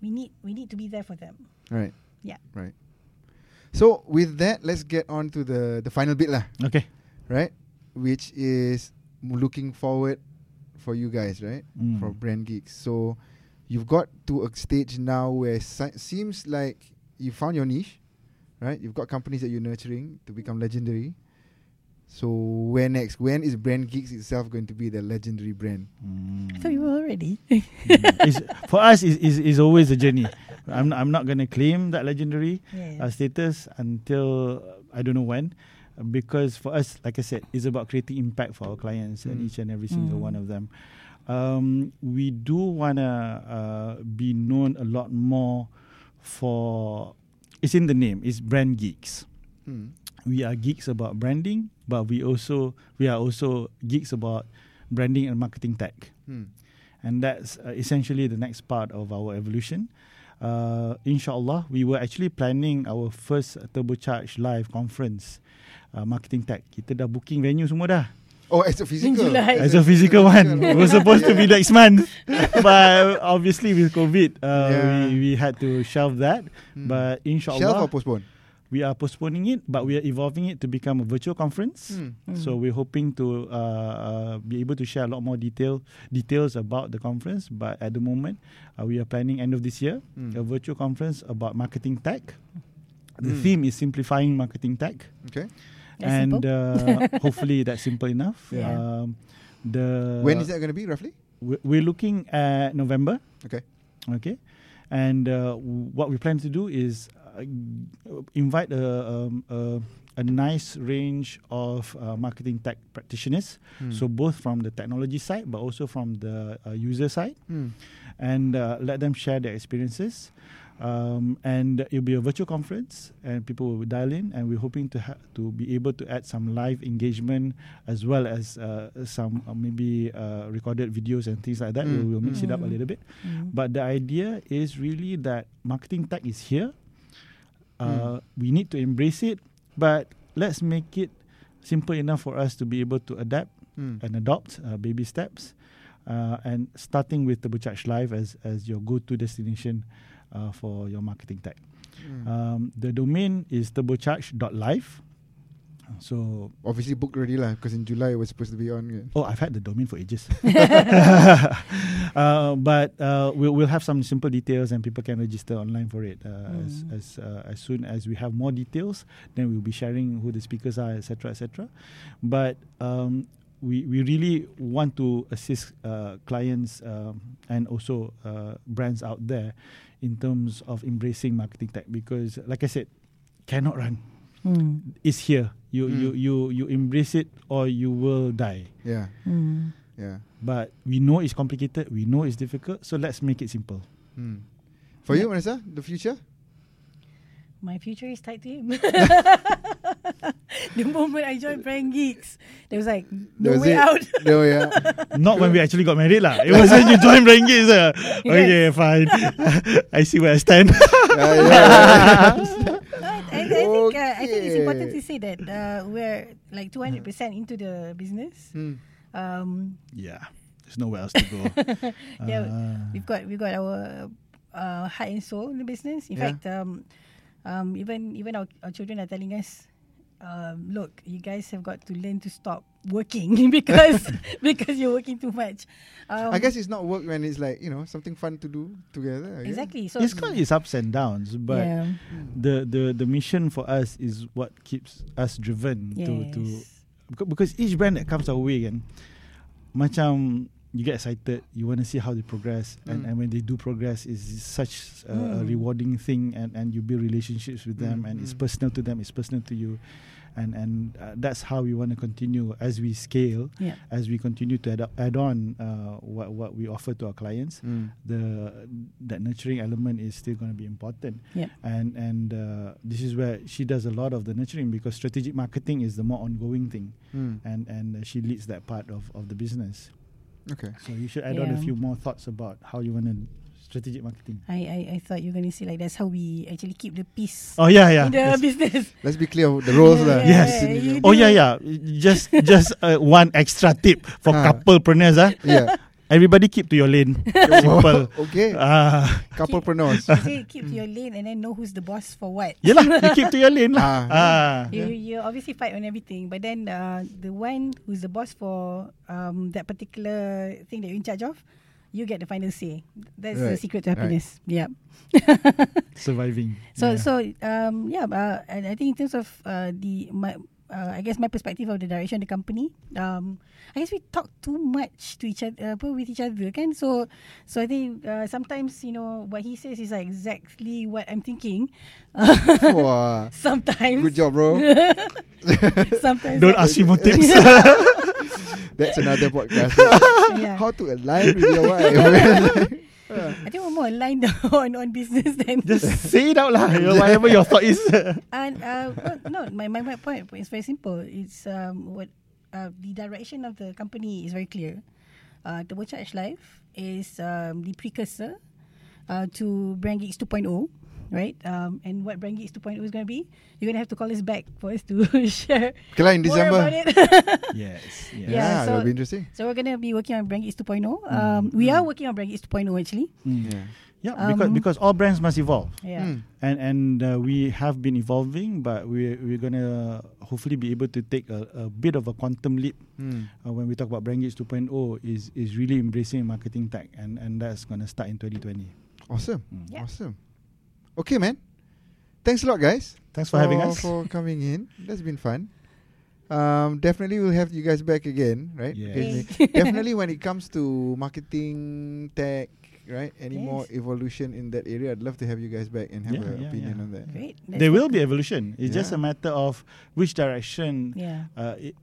S3: we need we need to be there for them.
S2: Right.
S3: Yeah.
S2: Right. So with that, let's get on to the the final bit lah,
S4: okay
S2: right? Which is m- looking forward for you guys, right?
S4: Mm.
S2: For brand geeks. So you've got to a stage now where si- seems like you found your niche, right? You've got companies that you're nurturing to become legendary. So where next? When is Brand Geeks itself going to be the legendary brand? Hmm.
S4: Mm.
S3: So you were already.
S4: Hmm. It's- for us is is is always a journey i'm not, i'm not going to claim that legendary uh,
S3: yeah.
S4: status until uh, I don't know when, uh, because for us, like I said, it's about creating impact for our clients and
S2: Mm.
S4: each and every single
S3: Mm.
S4: one of them. Um, we do want to uh, be known a lot more for it's in the name, it's brand geeks.
S2: Hmm.
S4: We are geeks about branding, but we also we are also geeks about branding and marketing tech
S2: Hmm.
S4: and that's uh, essentially the next part of our evolution. Uh, inshallah, we were actually planning our first turbocharge live conference, uh, marketing tech. Kita dah booking venue semua dah.
S2: Oh, as a physical,
S3: July.
S4: As a physical one, it was supposed to be next month, but obviously with COVID, uh,
S2: Yeah. Hmm.
S4: we, we had to shelve that. But
S2: Shelf or
S4: inshallah,
S2: postpone?
S4: we are postponing it, but we are evolving it to become a virtual conference.
S2: Mm.
S4: So we're hoping to uh, uh, be able to share a lot more detail details about the conference. But at the moment, uh, we are planning end of this year
S2: Mm.
S4: a virtual conference about marketing tech. The
S2: Mm.
S4: theme is simplifying marketing tech,
S2: Okay.
S3: That's
S4: and
S3: simple.
S4: uh, hopefully that's simple enough.
S3: Yeah.
S4: Um, the
S2: when is that going to be roughly?
S4: we- We're looking at November.
S2: Okay.
S4: Okay, and uh, w- what we plan to do is uh, invite a, um, a a nice range of uh, marketing tech practitioners.
S2: Hmm.
S4: So both from the technology side, but also from the uh, user side,
S2: Mm.
S4: and uh, let them share their experiences. Um, and it'll be a virtual conference, and people will dial in. And we're hoping to ha- to be able to add some live engagement as well as uh, some uh, maybe uh, recorded videos and things like that.
S2: Mm.
S4: We will mix it up a
S3: Mm.
S4: little bit.
S3: Mm.
S4: But the idea is really that marketing tech is here. Uh, We need to embrace it, but let's make it simple enough for us to be able to adapt
S2: Mm.
S4: and adopt uh, baby steps. Uh, and starting with Turbocharge Live as, as your go to destination uh, for your marketing tech.
S2: Mm.
S4: Um, the domain is turbocharge.live. So,
S2: Obviously booked already lah because in July it was supposed to be on. yeah.
S4: oh, I've had the domain for ages. uh, but uh, we'll, we'll have some simple details and people can register online for it. Uh, As,
S3: Mm.
S4: as, uh, as soon as we have more details, then we'll be sharing who the speakers are, etc., etc. But um, we, we really want to assist uh, clients um, and also uh, brands out there in terms of embracing marketing tech because, like I said, cannot run.
S3: Mm.
S4: It's here. You,
S2: Mm.
S4: you, you, you embrace it or you will die.
S2: Yeah.
S3: Mm.
S2: Yeah.
S4: But we know it's complicated. We know it's difficult. So let's make it simple.
S2: Mm. For you, Manasa, the future.
S3: My future is tied to him. the moment I joined Brand Geeks, there was like
S2: That
S3: no
S2: was
S3: way
S2: it.
S3: out.
S2: No, yeah.
S4: Not when we actually got married lah. It was when you joined Brengis. Uh. Okay, fine. I see where I stand.
S2: yeah, yeah.
S3: But I, I think uh, I think it's important
S2: Okay.
S3: to say that uh, we're like 200% into the business.
S2: Mm.
S3: Um,
S4: yeah, there's nowhere else to go.
S3: yeah,
S4: Ah.
S3: we've got we've got our uh, heart and soul in the business. In
S2: Yeah.
S3: fact, um, um, even even our, our children are telling us, um, look, you guys have got to learn to stop working because because you're working too much. Um,
S2: I guess it's not work when it's like you know something fun to do together. I guess.
S3: exactly. So
S4: it's got its ups and downs, but
S3: yeah.
S4: the, the the mission for us is what keeps us driven to to
S3: Yes.
S4: beca- because each brand that comes our way kan macam you get excited you want to see how they progress and,
S2: Mm.
S4: and when they do progress is such a, a
S3: Mm.
S4: rewarding thing and, and you build relationships with them
S2: Mm,
S4: and it's
S2: mm.
S4: personal to them it's personal to you and and uh, that's how we want to continue as we scale
S3: Yeah.
S4: as we continue to add, up- add on uh, what what we offer to our clients
S2: Mm.
S4: the that nurturing element is still going to be important.
S3: Yep.
S4: And and uh, this is where she does a lot of the nurturing because strategic marketing is the more ongoing thing,
S2: Mm.
S4: and and uh, she leads that part of, of the business.
S2: Okay.
S4: So you should add on a
S3: Yeah.
S4: few more thoughts about how you want to strategic marketing.
S3: I, I I thought you were gonna say like that's how we actually keep the peace
S4: Oh yeah yeah.
S3: in the business.
S2: Let's be clear of the roles
S3: Yeah,
S2: lah.
S3: yeah,
S4: Yes.
S3: yeah, you
S4: Oh
S3: do
S4: yeah
S3: it.
S4: yeah. Just just uh, one extra tip for
S2: Ah.
S4: couple preneurs ah.
S2: Yeah.
S4: Everybody keep to your lane. Simple.
S2: okay.
S4: Ah.
S2: Couple pronouns.
S3: You say keep to your lane and then know who's the boss for what.
S4: yelah, you keep to your lane lah.
S2: Ah.
S4: Ah.
S3: You, you obviously fight on everything, but then uh, the one who's the boss for um, that particular thing that you're in charge of, you get the final say. That's the
S2: Right,
S3: secret
S2: right.
S3: to happiness. Yeah.
S4: Surviving.
S3: So
S4: Yeah.
S3: so um, yeah, uh, and I think in terms of uh, the my. Uh, I guess my perspective of the direction of the company. Um, I guess we talk too much to each other, apa, with each other, kan? So, so I think uh, sometimes you know what he says is like exactly what I'm thinking.
S2: Wah.
S3: sometimes,
S2: Good job, bro.
S3: sometimes
S4: Don't ask me more tips.
S2: That's another podcast.
S3: Yeah.
S2: How to align with your wife.
S3: I think we're more aligned on, on business than
S4: Just say it out loud. You know, whatever your thought is.
S3: and uh, well, no, my, my my point is very simple. It's um what uh, the direction of the company is very clear. Uh, Turbocharge Life is um, the precursor uh, to Brand Geeks 2.0. right? Um, and what Brand Geeks 2.0 is going to be. You're going to have to call us back for us to share
S2: Okay lah, in
S3: more
S2: December.
S3: about it.
S4: Yes.
S2: Yeah,
S4: yes.
S3: Yeah, so-
S2: that'll be interesting.
S3: so we're going to be working on Brand Geeks 2.0. Um, we are working on Brand Geeks 2.0 actually.
S2: Yeah.
S4: Mm. Yeah, because
S3: Um,
S4: because all brands must evolve.
S2: Mm.
S3: Yeah.
S4: And and uh, we have been evolving, but we we're gonna hopefully be able to take a, a bit of a quantum leap
S2: Mm.
S4: uh, when we talk about Brandgate 2.0 is is really embracing marketing tech, and and that's gonna start in Mm. 2020.
S2: Awesome.
S3: Yeah.
S2: Awesome. Okay, man. Thanks a lot, guys.
S4: Thanks for having us.
S2: For coming in. That's been fun. Um, definitely we'll have you guys back again, right?
S4: Yes.
S2: Definitely- definitely when it comes to marketing, tech, right? Any
S3: Yes.
S2: more evolution in that area, I'd love to have you guys back and have
S4: Yeah,
S2: an
S4: yeah,
S2: opinion
S4: yeah.
S2: on that.
S3: Great. Let's
S4: There will be
S3: work-
S4: evolution. It's just a
S2: Yeah.
S4: matter of which direction
S3: Yeah.
S4: uh, it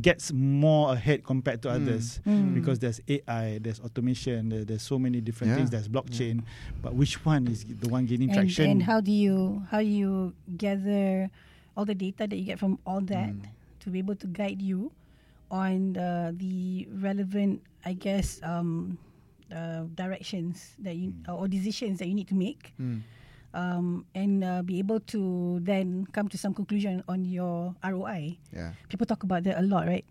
S4: gets more ahead compared
S2: Hmm.
S4: to others because there's AI, there's automation, there, there's so many different
S2: Yeah.
S4: things, there's blockchain, but which one is the one gaining
S3: And,
S4: traction?
S3: and how do you how do you gather all the data that you get from all that
S2: Mm.
S3: to be able to guide you on uh, the relevant, I guess, um, uh, directions that you
S2: Mm.
S3: or decisions that you need to make,
S2: Hmm.
S3: um, and uh, be able to then come to some conclusion on your ROI.
S2: Yeah.
S3: People talk about that a lot, right?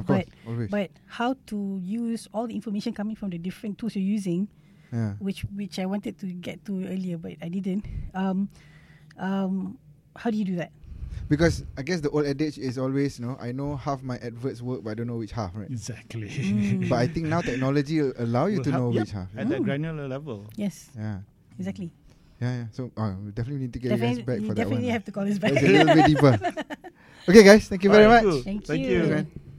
S2: Of course.
S3: But
S2: always.
S3: but how to use all the information coming from the different tools you're using
S2: yeah.
S3: which which I wanted to get to earlier, but I didn't. Um, um, how do you do that?
S2: Because I guess the old adage is always, you know, I know half my adverts work, but I don't know which half, right?
S4: exactly.
S2: Hmm. but I think now technology will allow you
S4: Will
S2: to
S4: help-
S2: know
S4: yep,
S2: which half. Hmm.
S4: At that granular level.
S3: Yes,
S2: Yeah.
S3: exactly.
S2: Yeah, yeah. So uh, we definitely need to get you guys back for
S3: Definitely, you
S2: that
S3: definitely
S2: one.
S3: have to call us back.
S2: That's a little bit deeper. Okay, guys. Thank you very
S4: Alright,
S2: much.
S4: cool.
S3: Thank
S4: Thank
S3: you.
S4: you.
S2: Thanks, man.